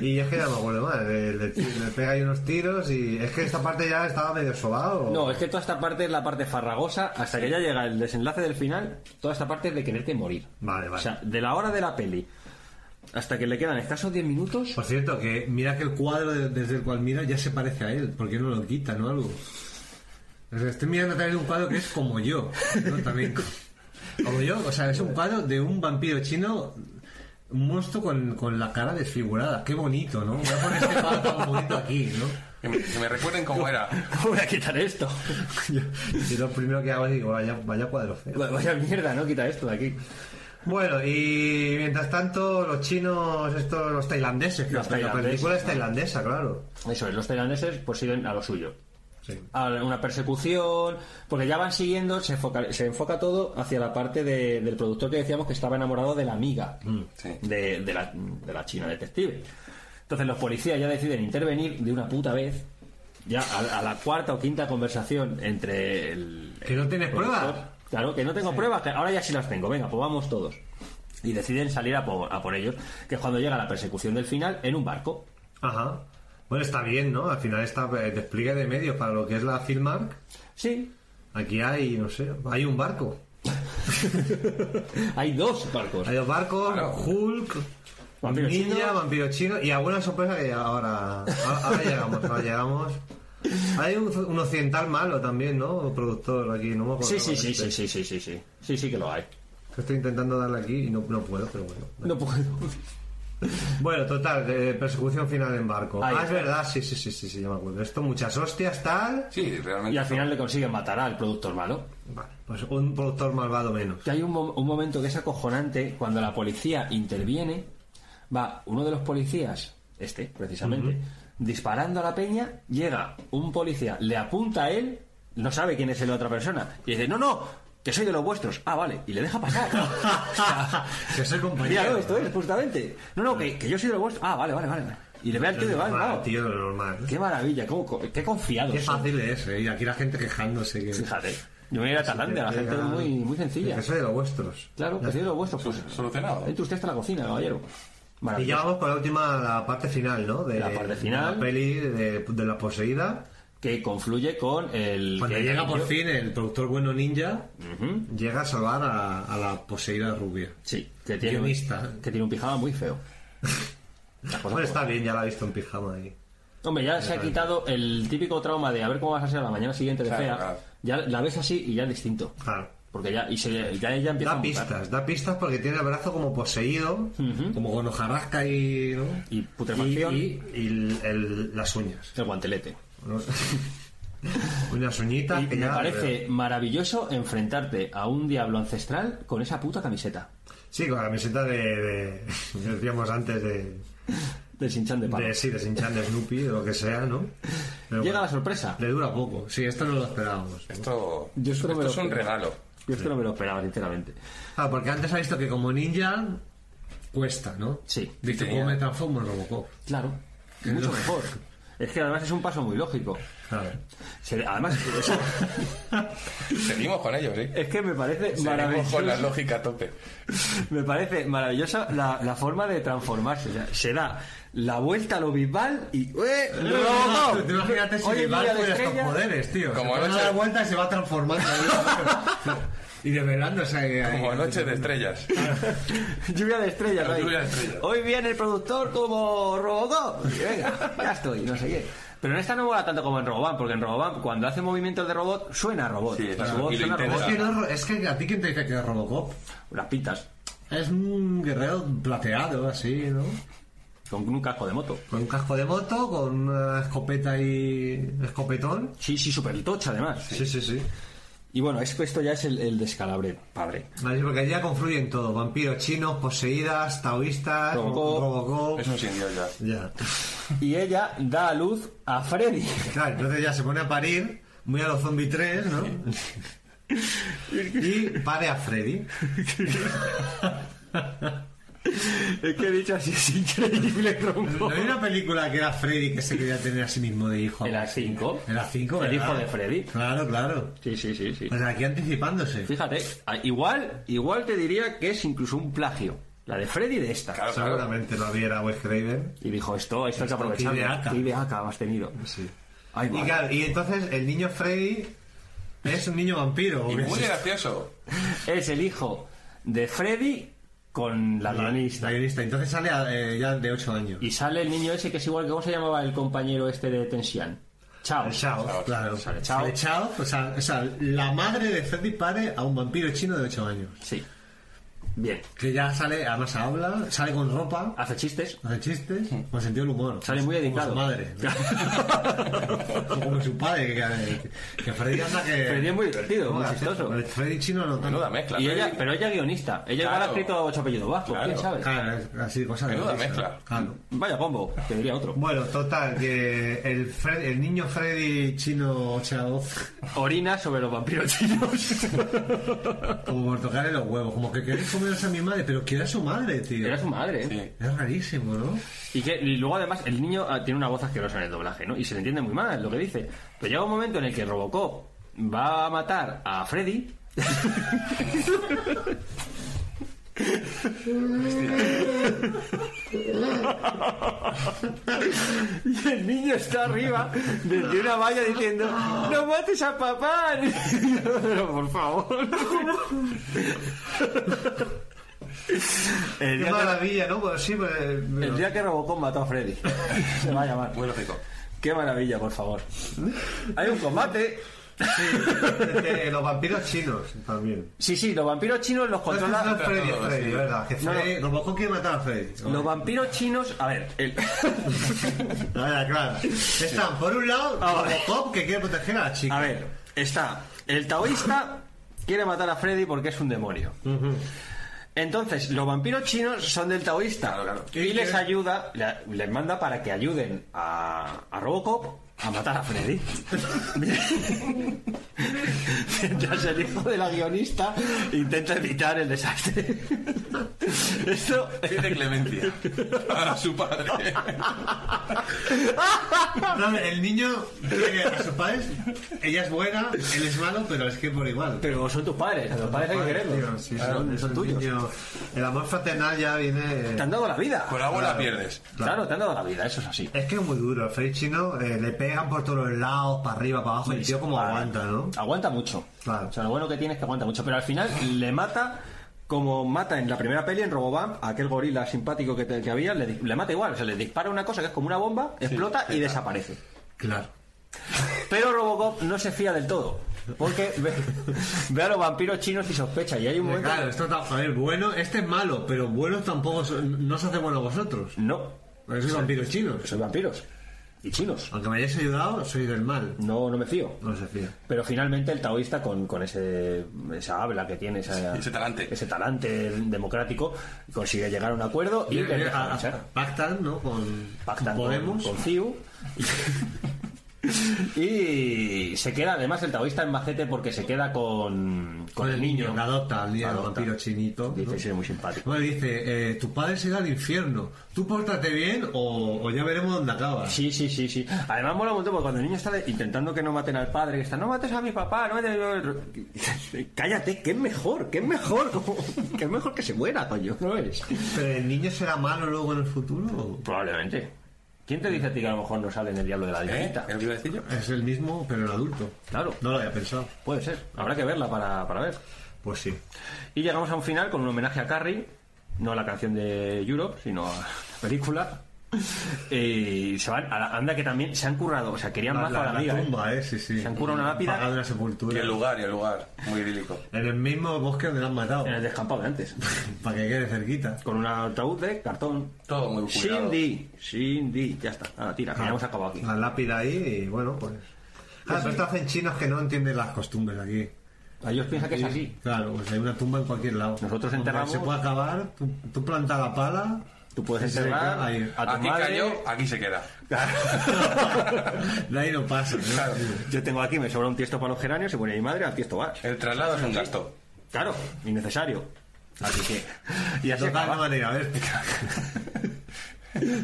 S10: y es que ya me acuerdo más. Le, le- le pega ahí unos tiros y. Es que esta parte ya estaba medio sobado.
S9: No, es que toda esta parte es la parte farragosa, hasta que ya llega el desenlace del final, toda esta parte es de quererte morir.
S10: Vale, vale.
S9: O sea, de la hora de la peli hasta que le quedan escasos 10 minutos,
S10: Por cierto, que mira que el cuadro de- desde el cual Pues mira ya se parece a él, porque no lo quita, ¿no? Algo. O sea, Estoy mirando también un cuadro que es como yo, ¿no? También co- como yo, o sea, es un cuadro de un vampiro chino, un monstruo con, con la cara desfigurada. Qué bonito, ¿no? Voy a poner este cuadro tan bonito aquí, ¿no?
S2: Que me, que me recuerden cómo era.
S9: ¿cómo voy a quitar esto?
S10: Yo, yo lo primero que hago es digo, vaya, vaya cuadro feo.
S9: Vaya mierda, ¿no? Quita esto de aquí.
S10: Bueno, y mientras tanto, los chinos, estos, los tailandeses, que
S9: Los
S10: la película
S9: tailandeses,
S10: es tailandesa, claro.
S9: Eso es, los tailandeses pues siguen a lo suyo.
S10: Sí.
S9: A una persecución, porque ya van siguiendo, se enfoca, se enfoca todo hacia la parte de- del productor que decíamos que estaba enamorado de la amiga de, de la, de la china detective. Entonces los policías ya deciden intervenir de una puta vez, ya a, a la cuarta o quinta conversación entre el... Que no
S10: tienes pruebas.
S9: Claro, que no tengo
S10: Sí.
S9: pruebas, que ahora ya sí las tengo, venga, pues vamos todos. Y deciden salir a por, a por ellos, que es cuando llega la persecución del final en un barco.
S10: Ajá. Bueno, está bien, ¿no? Al final está eh, despliegue de medios para lo que es la Filmark.
S9: Sí.
S10: Aquí hay, no sé, hay un barco.
S9: hay dos barcos.
S10: Hay dos barcos, Hulk,
S9: Vampiro
S10: Ninja,
S9: chino.
S10: Vampiro Chino y alguna sorpresa que ahora, ahora, ahora llegamos, ahora llegamos. Hay un, un occidental malo también, ¿no? Productor aquí, no me acuerdo.
S9: Sí, sí,
S10: cómo
S9: sí,
S10: es
S9: sí,
S10: este.
S9: sí, sí, sí, sí. Sí, sí que lo hay.
S10: Estoy intentando darle aquí y no, no puedo, pero bueno.
S9: No puedo.
S10: Bueno, total, eh, persecución final en barco.
S9: Ahí
S10: ah, es
S9: está.
S10: verdad, sí, sí, sí, sí, sí, ya me acuerdo. Esto, muchas hostias, tal.
S2: Sí, realmente.
S9: Y al final le consiguen matar al productor malo.
S10: Pues un productor malvado menos.
S9: Que hay un, mo- un momento que es acojonante cuando la policía interviene. Va uno de los policías, este precisamente, disparando a la peña. Llega un policía, le apunta a él, no sabe quién es la otra persona. Y dice: No, no, que soy de los vuestros. Ah, vale. Y le deja pasar.
S10: que soy compañero.
S9: Mira, no, esto es justamente. No, no, que, que yo soy de los vuestros. Ah, vale, vale, vale. vale. Y le ve al tío de vale,
S10: normal,
S9: claro.
S10: tío, lo normal.
S9: Qué maravilla, cómo co- qué confiado.
S10: Qué fácil es, eh, y aquí la gente quejándose. Que...
S9: Fíjate. Yo me voy a ir a Tailandia, la
S10: que
S9: gente es
S10: llegan-
S9: muy, muy sencilla.
S10: Que soy de los vuestros.
S9: Claro,
S10: Ya
S9: que soy
S10: está.
S9: de los vuestros. Pues,
S2: Solucionado.
S9: Entre usted hasta la cocina, caballero.
S10: Y ya vamos con la última, la parte final, ¿no? De
S9: La parte final.
S10: de la peli de, de la poseída.
S9: Que confluye con el.
S10: Cuando
S9: que-
S10: llega por
S9: yo-
S10: fin el productor bueno ninja,
S9: Ujú.
S10: llega a salvar a, a la poseída rubia.
S9: Sí, que tiene,
S10: Guionista.
S9: un, que tiene un pijama muy feo.
S10: Bueno, está bien, ya la ha visto en pijama ahí.
S9: Hombre, ya se ha quitado el típico trauma de a ver cómo vas a ser a la mañana siguiente de
S10: Claro,
S9: fea.
S10: claro.
S9: Ya la ves así y ya es distinto.
S10: Claro.
S9: Porque ya, y se, ya ella empieza a mutar.
S10: Da pistas, da pistas porque tiene el brazo como poseído, como con hojarasca y. ¿no?
S9: Y putrefacción.
S10: Y, y- y el- el- las uñas.
S9: El guantelete.
S10: Unas uñitas
S9: Y
S10: que
S9: me
S10: ya-
S9: parece maravilloso enfrentarte a un diablo ancestral con esa puta camiseta.
S10: Sí, con la camiseta de, de- decíamos antes de,
S9: De Sinchan de palo.
S10: de sí, de Sinchan de Snoopy, de lo que sea, ¿no? Pero
S9: Llega
S10: bueno,
S9: la sorpresa.
S10: le dura poco. Sí, esto no lo esperábamos.
S2: Esto,
S9: Yo esto no
S2: esto
S9: me lo
S2: es un
S9: esperaba.
S2: regalo.
S9: Yo esto no me lo esperaba, sinceramente.
S10: Ah, porque antes ha visto que como ninja cuesta, ¿no?
S9: Sí.
S10: Dice,
S9: Tenía-
S10: ¿cómo me transformo en Robocop?
S9: Claro. Y Mucho mejor. Es que además es un paso muy lógico.
S10: Claro.
S9: Se- además, eso-
S2: Seguimos con ellos, ¿eh?
S9: es que me parece
S2: Seguimos
S9: maravilloso.
S2: con la lógica a tope.
S9: Me parece maravillosa la, la forma de transformarse. O sea, se da la vuelta al obisbal y. ¡Eh! ¡Robocop!
S10: Tú Imagínate si
S9: Oye,
S10: Oye,
S9: mira,
S10: Bilbao
S9: la
S2: pues,
S10: tuviera estos
S9: estrella-
S10: poderes, tío.
S2: Como
S10: se pone
S2: anoche-
S10: a dar vuelta y se va transformando. ahí. y desvelándose ahí. ahí.
S2: Como noche de estrellas.
S9: Lluvia de estrellas,
S2: La
S9: ahí.
S2: lluvia de estrellas.
S9: Hoy viene el productor como Robocop. Y venga, ya estoy, no sé qué. Pero en esta no mola tanto como en Robobam, porque en Robobam, cuando hace movimientos de robot, suena a robot.
S2: Sí,
S9: Y
S2: claro,
S9: su voz
S2: y lo
S9: suena a
S10: Pero es,
S9: robot.
S10: que no es ro- es que a ti quién te dice que es Robocop.
S9: Las pintas,
S10: Es un guerrero plateado, así, ¿no?
S9: con un casco de moto.
S10: Con un casco de moto, con una escopeta y escopetón.
S9: Sí, sí, súper tocha además.
S10: Sí, sí, sí.
S9: Y bueno, es que esto ya es el, el descalabre, padre.
S10: Vale, sí, porque allí ya confluyen todo. Vampiros chinos, poseídas, taoístas,
S9: Robocop.
S10: Robocop.
S2: Es un sin Dios ya.
S10: Ya.
S9: Y ella da a luz a Freddy.
S10: Claro, entonces ya se pone a parir, muy a los Zombie 3, ¿no? y pare a Freddy.
S9: Es que he dicho así, es increíble,
S10: ¿No
S9: tronco.
S10: hay una película que era Freddy que se quería tener a sí mismo de hijo?
S9: En las 5.
S10: Era 5,
S9: El hijo de Freddy.
S10: Claro, claro.
S9: Sí, sí, sí, sí.
S10: O sea, aquí anticipándose.
S9: Fíjate, a- Ah, igual, igual te diría que es incluso un plagio. La de Freddy de esta.
S2: Claro, claro.
S10: Seguramente lo viera Wes Craven.
S9: Y dijo, esto, esto hay que
S10: Esto, qué
S9: aprovecharlo.
S10: ideaca.
S9: Qué ideaca has tenido.
S10: Sí.
S9: Ay,
S10: Y,
S9: madre.
S10: claro, y entonces el niño Freddy es un niño vampiro.
S2: Y
S10: ¿o qué
S2: muy
S10: es?
S2: gracioso.
S9: Es el hijo de Freddy con la guionista.
S10: La guionista. Entonces sale a- eh, ya de 8 años.
S9: Y sale el niño ese que es igual que cómo se llamaba el compañero este de Tensian. Chao.
S10: El Chao, claro.
S9: Sale Chao.
S10: El Chao, o sea, o sea, la madre de Freddy pare a un vampiro chino de 8 años.
S9: Sí. Bien.
S10: Que ya sale, además habla, sale con ropa.
S9: Hace chistes.
S10: Hace chistes, con sentido del humor.
S9: Sale muy dedicado.
S10: Como su madre. ¿no? como su padre. Que, que Freddy anda que...
S9: Freddy es muy divertido, muy
S10: Joder,
S9: chistoso.
S10: el Freddy chino no
S2: Menuda mezcla.
S9: Y
S2: Freddy.
S9: ella, pero ella es guionista. Ella igual ha
S2: Claro.
S9: escrito ocho apellidos vascos,
S2: Claro.
S9: quién sabe.
S10: Claro, es así, cosa de.
S2: Menuda
S10: risa.
S2: mezcla.
S10: Claro.
S9: Vaya combo, te diría otro.
S10: Bueno, total, que el, Fred- el niño Freddy chino ocheado
S9: Orina sobre los vampiros chinos.
S10: como por tocarle los huevos, como que queréis comeros a mi madre, pero que era su madre, tío.
S9: Era su madre, ¿eh?
S10: Es rarísimo, ¿no?
S9: Y, que, y luego además el niño ah, tiene una voz asquerosa en el doblaje, ¿no? Y se le entiende muy mal lo que dice. Pero llega un momento en el que Robocop va a matar a Freddy. y el niño está arriba de de una valla diciendo ¡No mates a papá! Pero por favor. El
S10: Qué
S9: día que-
S10: maravilla, ¿no? Pues sí, pues,
S9: el día que Robocop mató a Freddy. Se va a llamar.
S2: Muy lógico.
S9: Qué maravilla, por favor. Hay un combate.
S10: Este, los vampiros chinos también.
S9: Sí, sí, los vampiros chinos los
S10: No, es que
S9: controlan.
S10: no es Freddy, es Freddy, ¿verdad? Que
S9: No, no.
S10: Freddy, Robocop quiere matar a Freddy.
S9: Los vampiros chinos, a ver, el-
S10: Claro, claro. Están, por un lado, Robocop que quiere proteger a la chica.
S9: Ah, a ver, está el taoísta quiere matar a Freddy porque es un demonio. Entonces, los vampiros chinos son del taoísta y les ayuda, la- les manda para que ayuden a, a Robocop a matar a Freddy. Mientras el hijo de la guionista intenta evitar el desastre. Esto
S2: Pide clemencia para su padre.
S10: No, hombre, el niño tiene a sus padres, ella es buena, él es malo, pero es que por igual.
S9: Pero son tus padres, a tus padres hay que
S10: Tío,
S9: quererlos.
S10: sí,
S9: Claro,
S10: son-
S9: son,
S10: es un
S9: tuyos.
S10: niño- el amor fraternal ya viene.
S9: Te han dado la vida.
S2: Por agua la pierdes. ¿eh?
S9: Claro, te han dado la vida, eso es así.
S10: Es que es muy duro, el Freddy chino eh, le pegan por todos los lados, para arriba, para abajo, y el tío como
S9: Vale.
S10: aguanta, ¿no?
S9: Aguanta mucho.
S10: Claro.
S9: O sea, lo bueno que tiene es que aguanta mucho. Pero al final le mata, como mata en la primera peli, en Robobump, a aquel gorila simpático que, te- que había, le, di- le mata igual. O sea, le dispara una cosa que es como una bomba, explota y desaparece.
S10: Claro.
S9: Pero Robocop no se fía del todo. Porque ve, ve a los vampiros chinos y sospecha. Y hay un momento.
S10: Claro, esto está, a ver, bueno, este es malo, pero buenos tampoco, son- no se hace bueno a vosotros.
S9: No,
S10: Porque sois vampiros chinos.
S9: soy vampiros. Y chinos.
S10: Aunque me hayáis ayudado, soy del mal.
S9: No, no me fío.
S10: No se fía.
S9: Pero finalmente el taoísta con, con ese, esa habla que tiene, esa-
S2: Ese talante.
S9: ese talante democrático, consigue llegar a un acuerdo y
S10: Mira,
S9: les
S10: mira,
S9: deja
S10: a-
S9: marchar.
S10: Pactan, ¿no? Con,
S9: Pactan
S10: con
S9: con-
S10: Podemos.
S9: con CIU. y se queda además el taoísta en macete porque se queda con,
S10: con el niño que adopta al día del
S9: Adopta.
S10: vampiro chinito. ¿no?
S9: Dice, "Sí, muy simpático.
S10: Bueno, dice, eh, tu padre se irá al infierno. Tú pórtate bien o, o ya veremos dónde acaba.
S9: Sí, sí, sí, sí. Además mola un montón porque cuando el niño está de- intentando que no maten al padre, que está, no mates a mi papá, no mates a-". Cállate, que es mejor, que es mejor, como- que es mejor que se muera, coño, ¿no es?
S10: ¿Pero el niño será malo luego en el futuro? o-
S9: Probablemente. ¿Quién te dice a ti que a lo mejor no sale en el diablo de la
S2: ¿Eh?
S9: dinamita?
S2: ¿Qué os iba a decir yo?
S10: Es el mismo, pero en adulto.
S9: Claro,
S10: No lo había pensado.
S9: puede ser. Habrá que verla para, para ver.
S10: Pues sí.
S9: Y llegamos a un final con un homenaje a Carrie, no a la canción de Europe, sino a la película. Y se van, a la- anda que también se han currado, o sea, querían
S10: La,
S9: más a
S10: la-
S9: la
S10: la
S9: amiga. ¿eh?
S10: tumba, ¿eh? Sí, sí.
S9: Se han curado una lápida.
S10: Pagado una
S2: Y
S10: sepultura.
S2: el lugar, y el lugar. Muy idílico.
S10: En el mismo bosque donde la han matado.
S9: En el descampado de antes.
S10: Para que quede cerquita.
S9: Con un ataúd de cartón.
S2: Todo muy cuidado.
S9: Cindy, Cindy, ya está. Ahora tira, que
S10: Ah.
S9: ya hemos acabado aquí.
S10: La lápida ahí y bueno, pues. Claro, pero esto hacen chinos que no entienden las costumbres aquí.
S9: A ellos piensan que es así.
S10: Claro, pues hay una tumba en cualquier lado.
S9: Nosotros
S10: Donde
S9: enterramos-
S10: Se puede acabar, tú, tú planta la pala.
S9: Tú puedes
S10: Sí, sí,
S9: enterrar
S10: claro, ahí.
S9: a tu
S2: Aquí
S9: madre.
S2: cayó, aquí se queda.
S10: De ahí no pasa. ¿eh? ¿no?
S9: Yo tengo aquí, me sobra un tiesto para los geranios, se pone mi madre, al tiesto va.
S2: El traslado es un gasto.
S9: Claro, innecesario. Así que. Y así
S10: Total, no
S9: acaba.
S10: manera, a ver.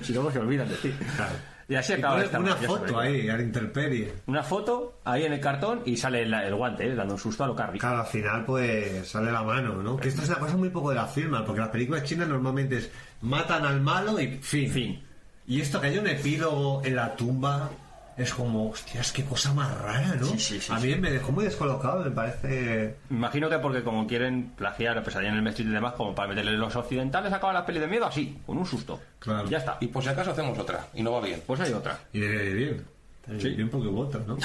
S9: Si luego se olvidan de ti.
S10: Claro.
S9: Y así
S10: Y
S9: acaba
S10: pones
S9: esta
S10: una
S9: maravillosa
S10: foto
S9: película.
S10: ahí, al interperie.
S9: Una foto ahí en el cartón y sale la- el guante, eh, dando un susto a lo Carrie.
S10: Claro, al final pues sale la mano, ¿no? Que esto es una cosa muy poco de la firma, porque las películas chinas normalmente es matan al malo y fin.
S9: Fin.
S10: Y esto que haya un epílogo en la tumba es como, hostias, qué cosa más rara, ¿no?
S9: Sí, sí, sí,
S10: a mí me dejó muy descolocado, me parece...
S9: Imagino que porque como quieren plagiar la pesadilla en el mestre y demás, como para meterle los occidentales, acaba la peli de miedo así, con un susto.
S10: Claro.
S9: Ya está.
S2: Y por si acaso hacemos otra. Y no va bien.
S9: Pues hay otra.
S10: Y le viene bien. El tiempo que votas, ¿no?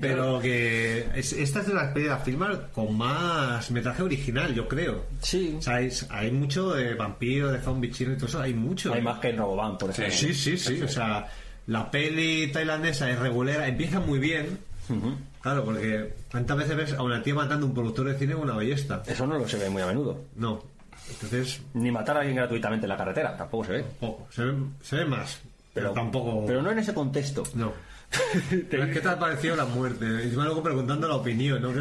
S10: Pero que es- esta es de las películas filmas con más metraje original, yo creo. Sí. O sea, es- hay mucho de vampiro, de zombie chino y todo eso, hay mucho.
S9: Hay más que en Roboban, por ejemplo.
S10: Sí, sí, sí. O sea, la peli tailandesa es regulera, empieza muy bien. Claro, porque ¿cuántas veces ves a una tía matando a un productor de cine con una ballesta?
S9: Eso no lo se ve muy a menudo.
S10: No. Entonces.
S9: Ni matar a alguien gratuitamente en la carretera, tampoco se ve.
S10: se ve, más.
S9: Pero,
S10: tampoco.
S9: Pero no en ese contexto.
S10: No. Pero es que te ha parecido la muerte. Y me luego preguntando la opinión, ¿no?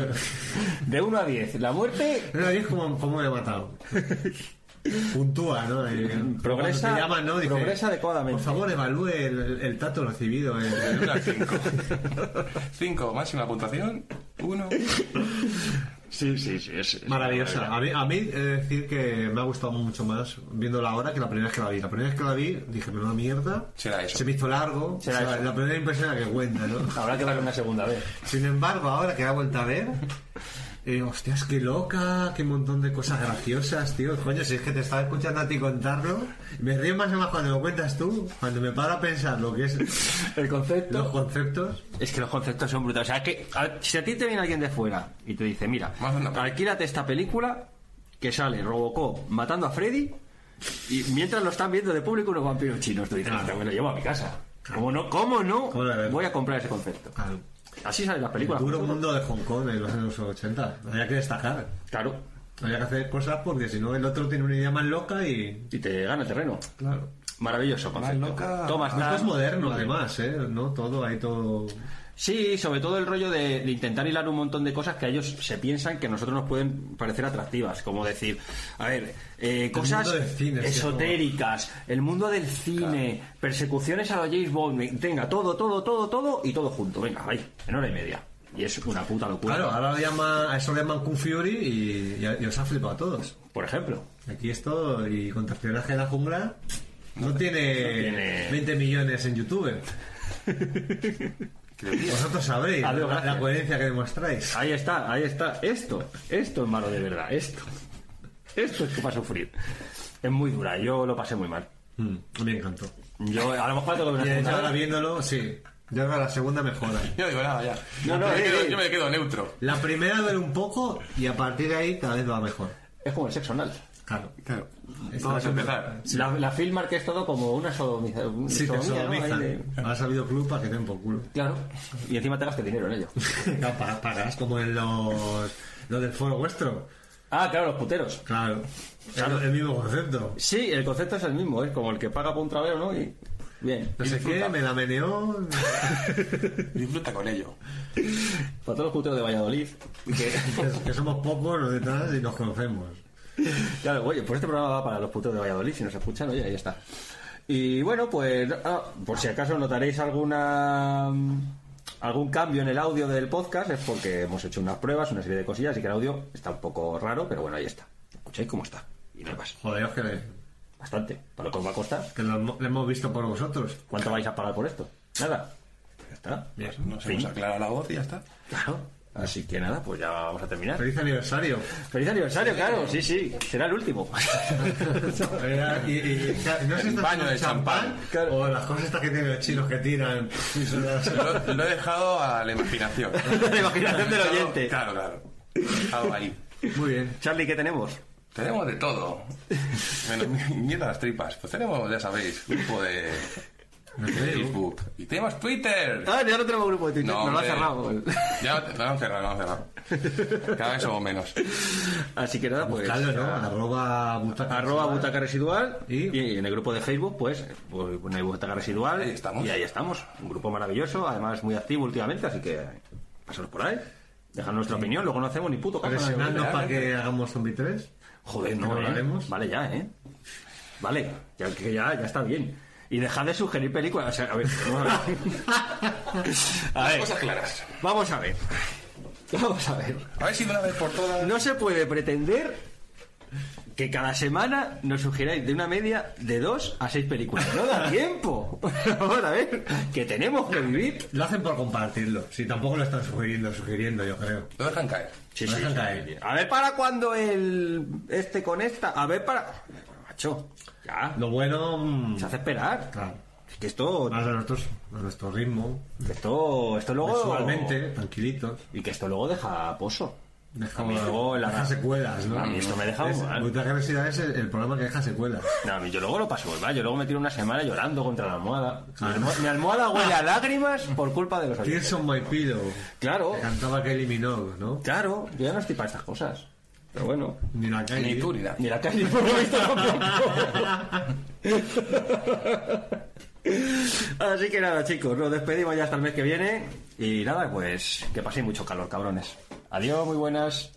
S9: De 1 a 10. La muerte.
S10: De 1 a 10, ¿cómo, cómo me he matado? Puntúa, ¿no? Eh,
S9: Progresa-
S10: cuando te llaman, ¿no? Dice,
S9: progresa adecuadamente.
S10: Por favor, evalúe el, el trato recibido. eh".
S2: 5, máxima puntuación. 1.
S9: Sí, sí, sí. Es,
S10: Maravillosa. A mí, a mí he de decir que me ha gustado mucho más viéndola ahora que la primera vez que la vi. La primera vez que la vi dije, menuda mierda.
S2: Será eso.
S10: Se me hizo largo.
S9: Será
S10: O sea,
S9: eso.
S10: la primera impresión es la que cuenta, ¿no?
S9: Habrá que darle una segunda vez.
S10: Sin embargo, ahora que la he vuelto a ver, eh, hostias, qué loca, qué montón de cosas graciosas, tío. Coño, si es que te estaba escuchando a ti contarlo, me río más y más cuando lo cuentas tú, cuando me paro a pensar lo que es
S9: el concepto.
S10: Los conceptos.
S9: Es que los conceptos son brutales. O sea, es que a- si a ti te viene alguien de fuera y te dice, mira, alquílate esta película que sale Robocop matando a Freddy y mientras lo están viendo de público unos vampiros chinos, tú dices, "Hostia, me lo llevo a mi casa. ¿Cómo no? ¿Cómo no? Voy a comprar ese concepto. Así salen las películas.
S10: El eh. duro mundo de Hong Kong en los años 80. Había que destacar.
S9: Claro.
S10: Había que hacer cosas porque si no el otro tiene una idea más loca y...
S9: Y te gana el terreno.
S10: Claro.
S9: Maravilloso concepto. Thomas
S10: Esto
S9: Tann.
S10: es moderno además, ¿eh? ¿No? Todo, ahí todo...
S9: Sí, sobre todo el rollo de, de intentar hilar un montón de cosas que a ellos se piensan que a nosotros nos pueden parecer atractivas, como decir, a ver, eh, cosas
S10: mundo del cine, sí,
S9: esotéricas, el mundo del cine, persecuciones a los James Bond, venga, todo, todo, todo, todo y todo junto, venga, ahí, en hora y media. Y es una puta locura.
S10: Claro, ahora lo llama, a eso le llaman Kung Fury y, y, y os ha flipado a todos.
S9: Por ejemplo.
S10: Aquí esto y contra espionaje en la jungla no tiene,
S9: tiene-
S10: 20 millones en YouTube. Vosotros sabréis
S9: Adiós,
S10: la- la,
S9: gracias.
S10: coherencia que demostráis.
S9: Ahí está, ahí está. Esto, esto es malo de verdad, esto. Esto es que va a sufrir. Es muy dura, yo lo pasé muy mal.
S10: Mm, me encantó.
S9: Yo a lo mejor tengo que ver
S10: Y
S9: una
S10: de hecho,
S9: segunda
S10: ahora
S9: vez.
S10: viéndolo, sí. Yo creo que la segunda mejora.
S2: Yo digo nada, ya.
S10: No, no,
S2: yo, me
S10: eh,
S2: quedo,
S10: eh.
S2: yo me quedo neutro.
S10: La primera duele un poco y a partir de ahí cada vez va mejor.
S9: Es como el sexo anal.
S10: Claro.
S2: Claro.
S10: Esta
S2: Vamos a
S10: es una-
S2: empezar.
S9: La, la Filmar que es todo como una sodomiza. un-
S10: Sí, te
S9: sodomía, ¿no?
S10: sodomizan.
S9: Ahí de-
S10: Has sabido club para que te den por culo.
S9: Claro. Y encima te gastas dinero en ello.
S10: No, pa- pagas como en los, los del foro vuestro.
S9: Ah, claro, los puteros.
S10: Claro. Claro, el mismo concepto.
S9: Sí, el concepto es el mismo, es como el que paga por un trabeo, ¿no? Y. Bien.
S10: No sé qué, me la meneó.
S2: Disfruta con ello.
S9: Para todos los puteros de Valladolid. Que,
S10: que somos pocos los detrás y nos conocemos.
S9: Claro, oye, pues este programa va para los puteros de Valladolid, si nos escuchan, oye, ahí está. Y bueno, pues ah, por si acaso notaréis alguna mm, algún cambio en el audio del podcast, es porque hemos hecho unas pruebas, una serie de cosillas, y que el audio está un poco raro, pero bueno, ahí está. Escucháis cómo está. Y no más.
S10: Joder, os que,
S9: Bastante. ¿Para lo que os va a costar?
S10: que lo, hemos- lo hemos visto por vosotros.
S9: ¿Cuánto vais a pagar por esto? Nada. Ya está.
S2: Nos hemos aclarado la voz y ya está.
S9: Claro. Así que nada, pues ya vamos a terminar.
S10: Feliz aniversario.
S9: Feliz aniversario, claro, sí, sí. Será el último.
S10: Era- y, y- claro, no sé si
S2: Un
S10: esto
S2: baño
S10: es
S2: de champán.
S10: o las cosas estas que tienen los chinos que tiran. Y son las-
S2: Lo, lo he dejado a la imaginación.
S9: la imaginación del oyente.
S2: Claro, claro. Lo he dejado ahí.
S10: Muy bien.
S9: Charlie, ¿qué tenemos?
S2: Tenemos de todo. Menos mi- miedo a las tripas. Pues tenemos, ya sabéis, grupo de Facebook. Y tenemos Twitter.
S9: Ah, ya no tenemos grupo de Twitter,
S2: No,
S9: nos lo ha
S2: hombre.
S9: cerrado.
S2: Ya lo- lo han cerrado, lo han cerrado. Cada vez somos menos.
S9: Así que nada, pues.
S10: Buscadlo, ¿no? Arroba butaca.
S9: Arroba butaca residual
S10: Y-
S9: y, en el grupo de Facebook, pues, pues pone butaca residual
S2: Ahí estamos.
S9: y ahí estamos. Un grupo maravilloso, además muy activo últimamente, así que pasaros por ahí. Dejad nuestra opinión, luego no hacemos ni puto caso.
S10: Presionadnos para que hagamos Zombie 3.
S9: Joder,
S10: que
S9: no,
S10: lo
S9: ¿eh?
S10: haremos.
S9: Vale, ya, ¿eh? Vale, ya, que ya, ya está bien. Y dejad de sugerir películas. O sea, a ver, vamos a ver. A ver,
S2: Cosas claras.
S9: vamos a ver. Vamos a ver.
S2: A ver si de una vez por todas.
S9: No se puede pretender que cada semana nos sugiráis de una media de dos a seis películas. No da tiempo. Ahora, a ver, que tenemos que vivir.
S10: Lo hacen por compartirlo. Si tampoco lo están sugiriendo, sugiriendo, yo creo.
S2: Lo dejan caer.
S9: Sí,
S10: Lo
S9: sí,
S10: dejan
S9: sí.
S10: caer.
S9: A ver para cuando el este con esta. A ver para. Macho, ya.
S10: Lo bueno. mm,
S9: Se hace esperar.
S10: Claro.
S9: Que esto.
S10: Más a nuestros- a nuestro ritmo.
S9: Esto, esto luego.
S10: Visualmente, tranquilitos.
S9: Y que esto luego deja pozo.
S10: Deja,
S9: A mí luego la-
S10: deja secuelas, ¿no?
S9: A mí esto me deja
S10: Es-
S9: mal.
S10: Brutal Agresividad es el, el programa que deja secuelas.
S9: No, a mí yo luego lo paso muy mal. Yo luego me tiro una semana llorando contra la almohada. Mi, almo- mi almohada huele a lágrimas por culpa de los oyentes.
S10: Tears on my pillow.
S9: Claro.
S10: Que cantaba Kylie Minogue, ¿no?
S9: Claro, yo ya no estoy para estas cosas. Pero bueno.
S10: Ni la Kylie.
S9: Ni tú, ni la, ni la Kylie, por lo visto, tampoco. Así que nada, chicos, nos despedimos ya hasta el mes que viene. Y nada, pues que paséis mucho calor, cabrones. Adiós, muy buenas.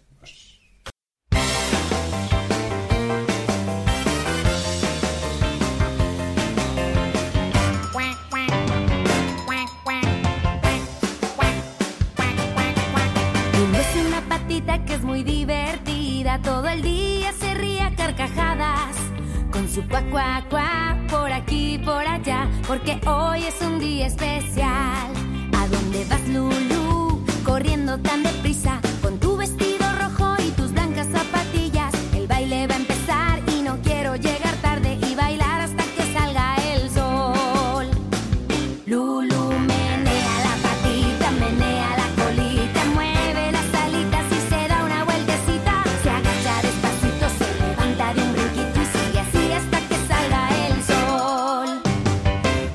S14: Inés es una patita que es muy divertida, todo el día se ríe a carcajadas. Con su cuac, cuac, cuac, por aquí, por allá, porque hoy es un día especial. ¿A dónde vas, Lulu? Corriendo tan deprisa, con tu vestido rojo y tus blancas zapatillas. El baile va a empezar y no quiero llegar tarde y bailar hasta que salga el sol. Lulu menea la patita, menea la colita, mueve las alitas y se da una vueltecita. Se agacha despacito, se levanta de un brinquito y sigue así hasta que salga el sol.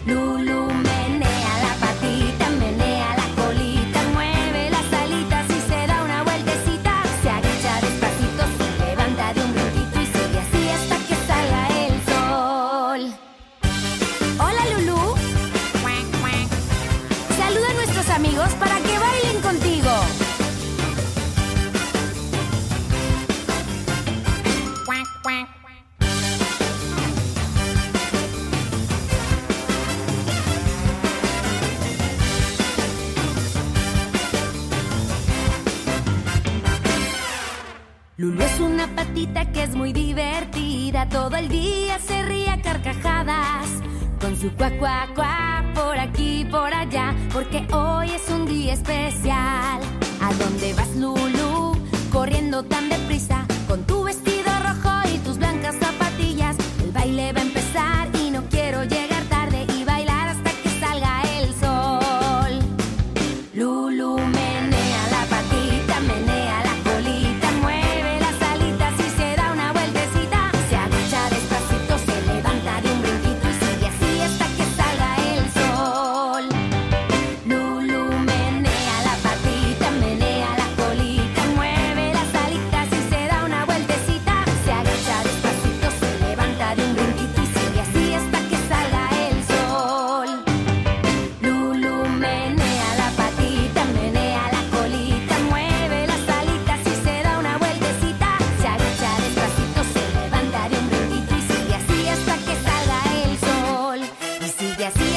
S14: Lulu menea la patita, menea la colita, mueve las alitas y se da una vueltecita. Se agacha despacito, se levanta de un brinquito y sigue así hasta que salga el sol. Hola Lulu. Saluda a nuestros amigos para que bailen contigo. Lulu es una patita que es muy divertida, todo el día se ríe a carcajadas. Con su cuac, cuac, cuac, por aquí, por allá, porque hoy es un día especial. ¿A dónde vas, Lulu? Corriendo tan deprisa, con tu vestido rojo y tus blancas zapatillas. El baile va a empezar y no quiero llegar tarde y bailar hasta que salga el sol. Lulu menea la patita, menea la colita, mueve las alitas y se da una vueltecita. Se agacha despacito, se levanta de un brinquito y sigue así hasta que salga el sol. Lulu menea la patita, menea la colita, mueve las alitas y se da una vueltecita. Se agacha despacito, se levanta de un brinquito y sigue así hasta que salga el sol. Lulu menea la patita, menea la colita, mueve las alitas y se da una vueltecita. Se agacha despacito, se levanta de un brinquito y sigue así hasta que salga el sol. Y sigue así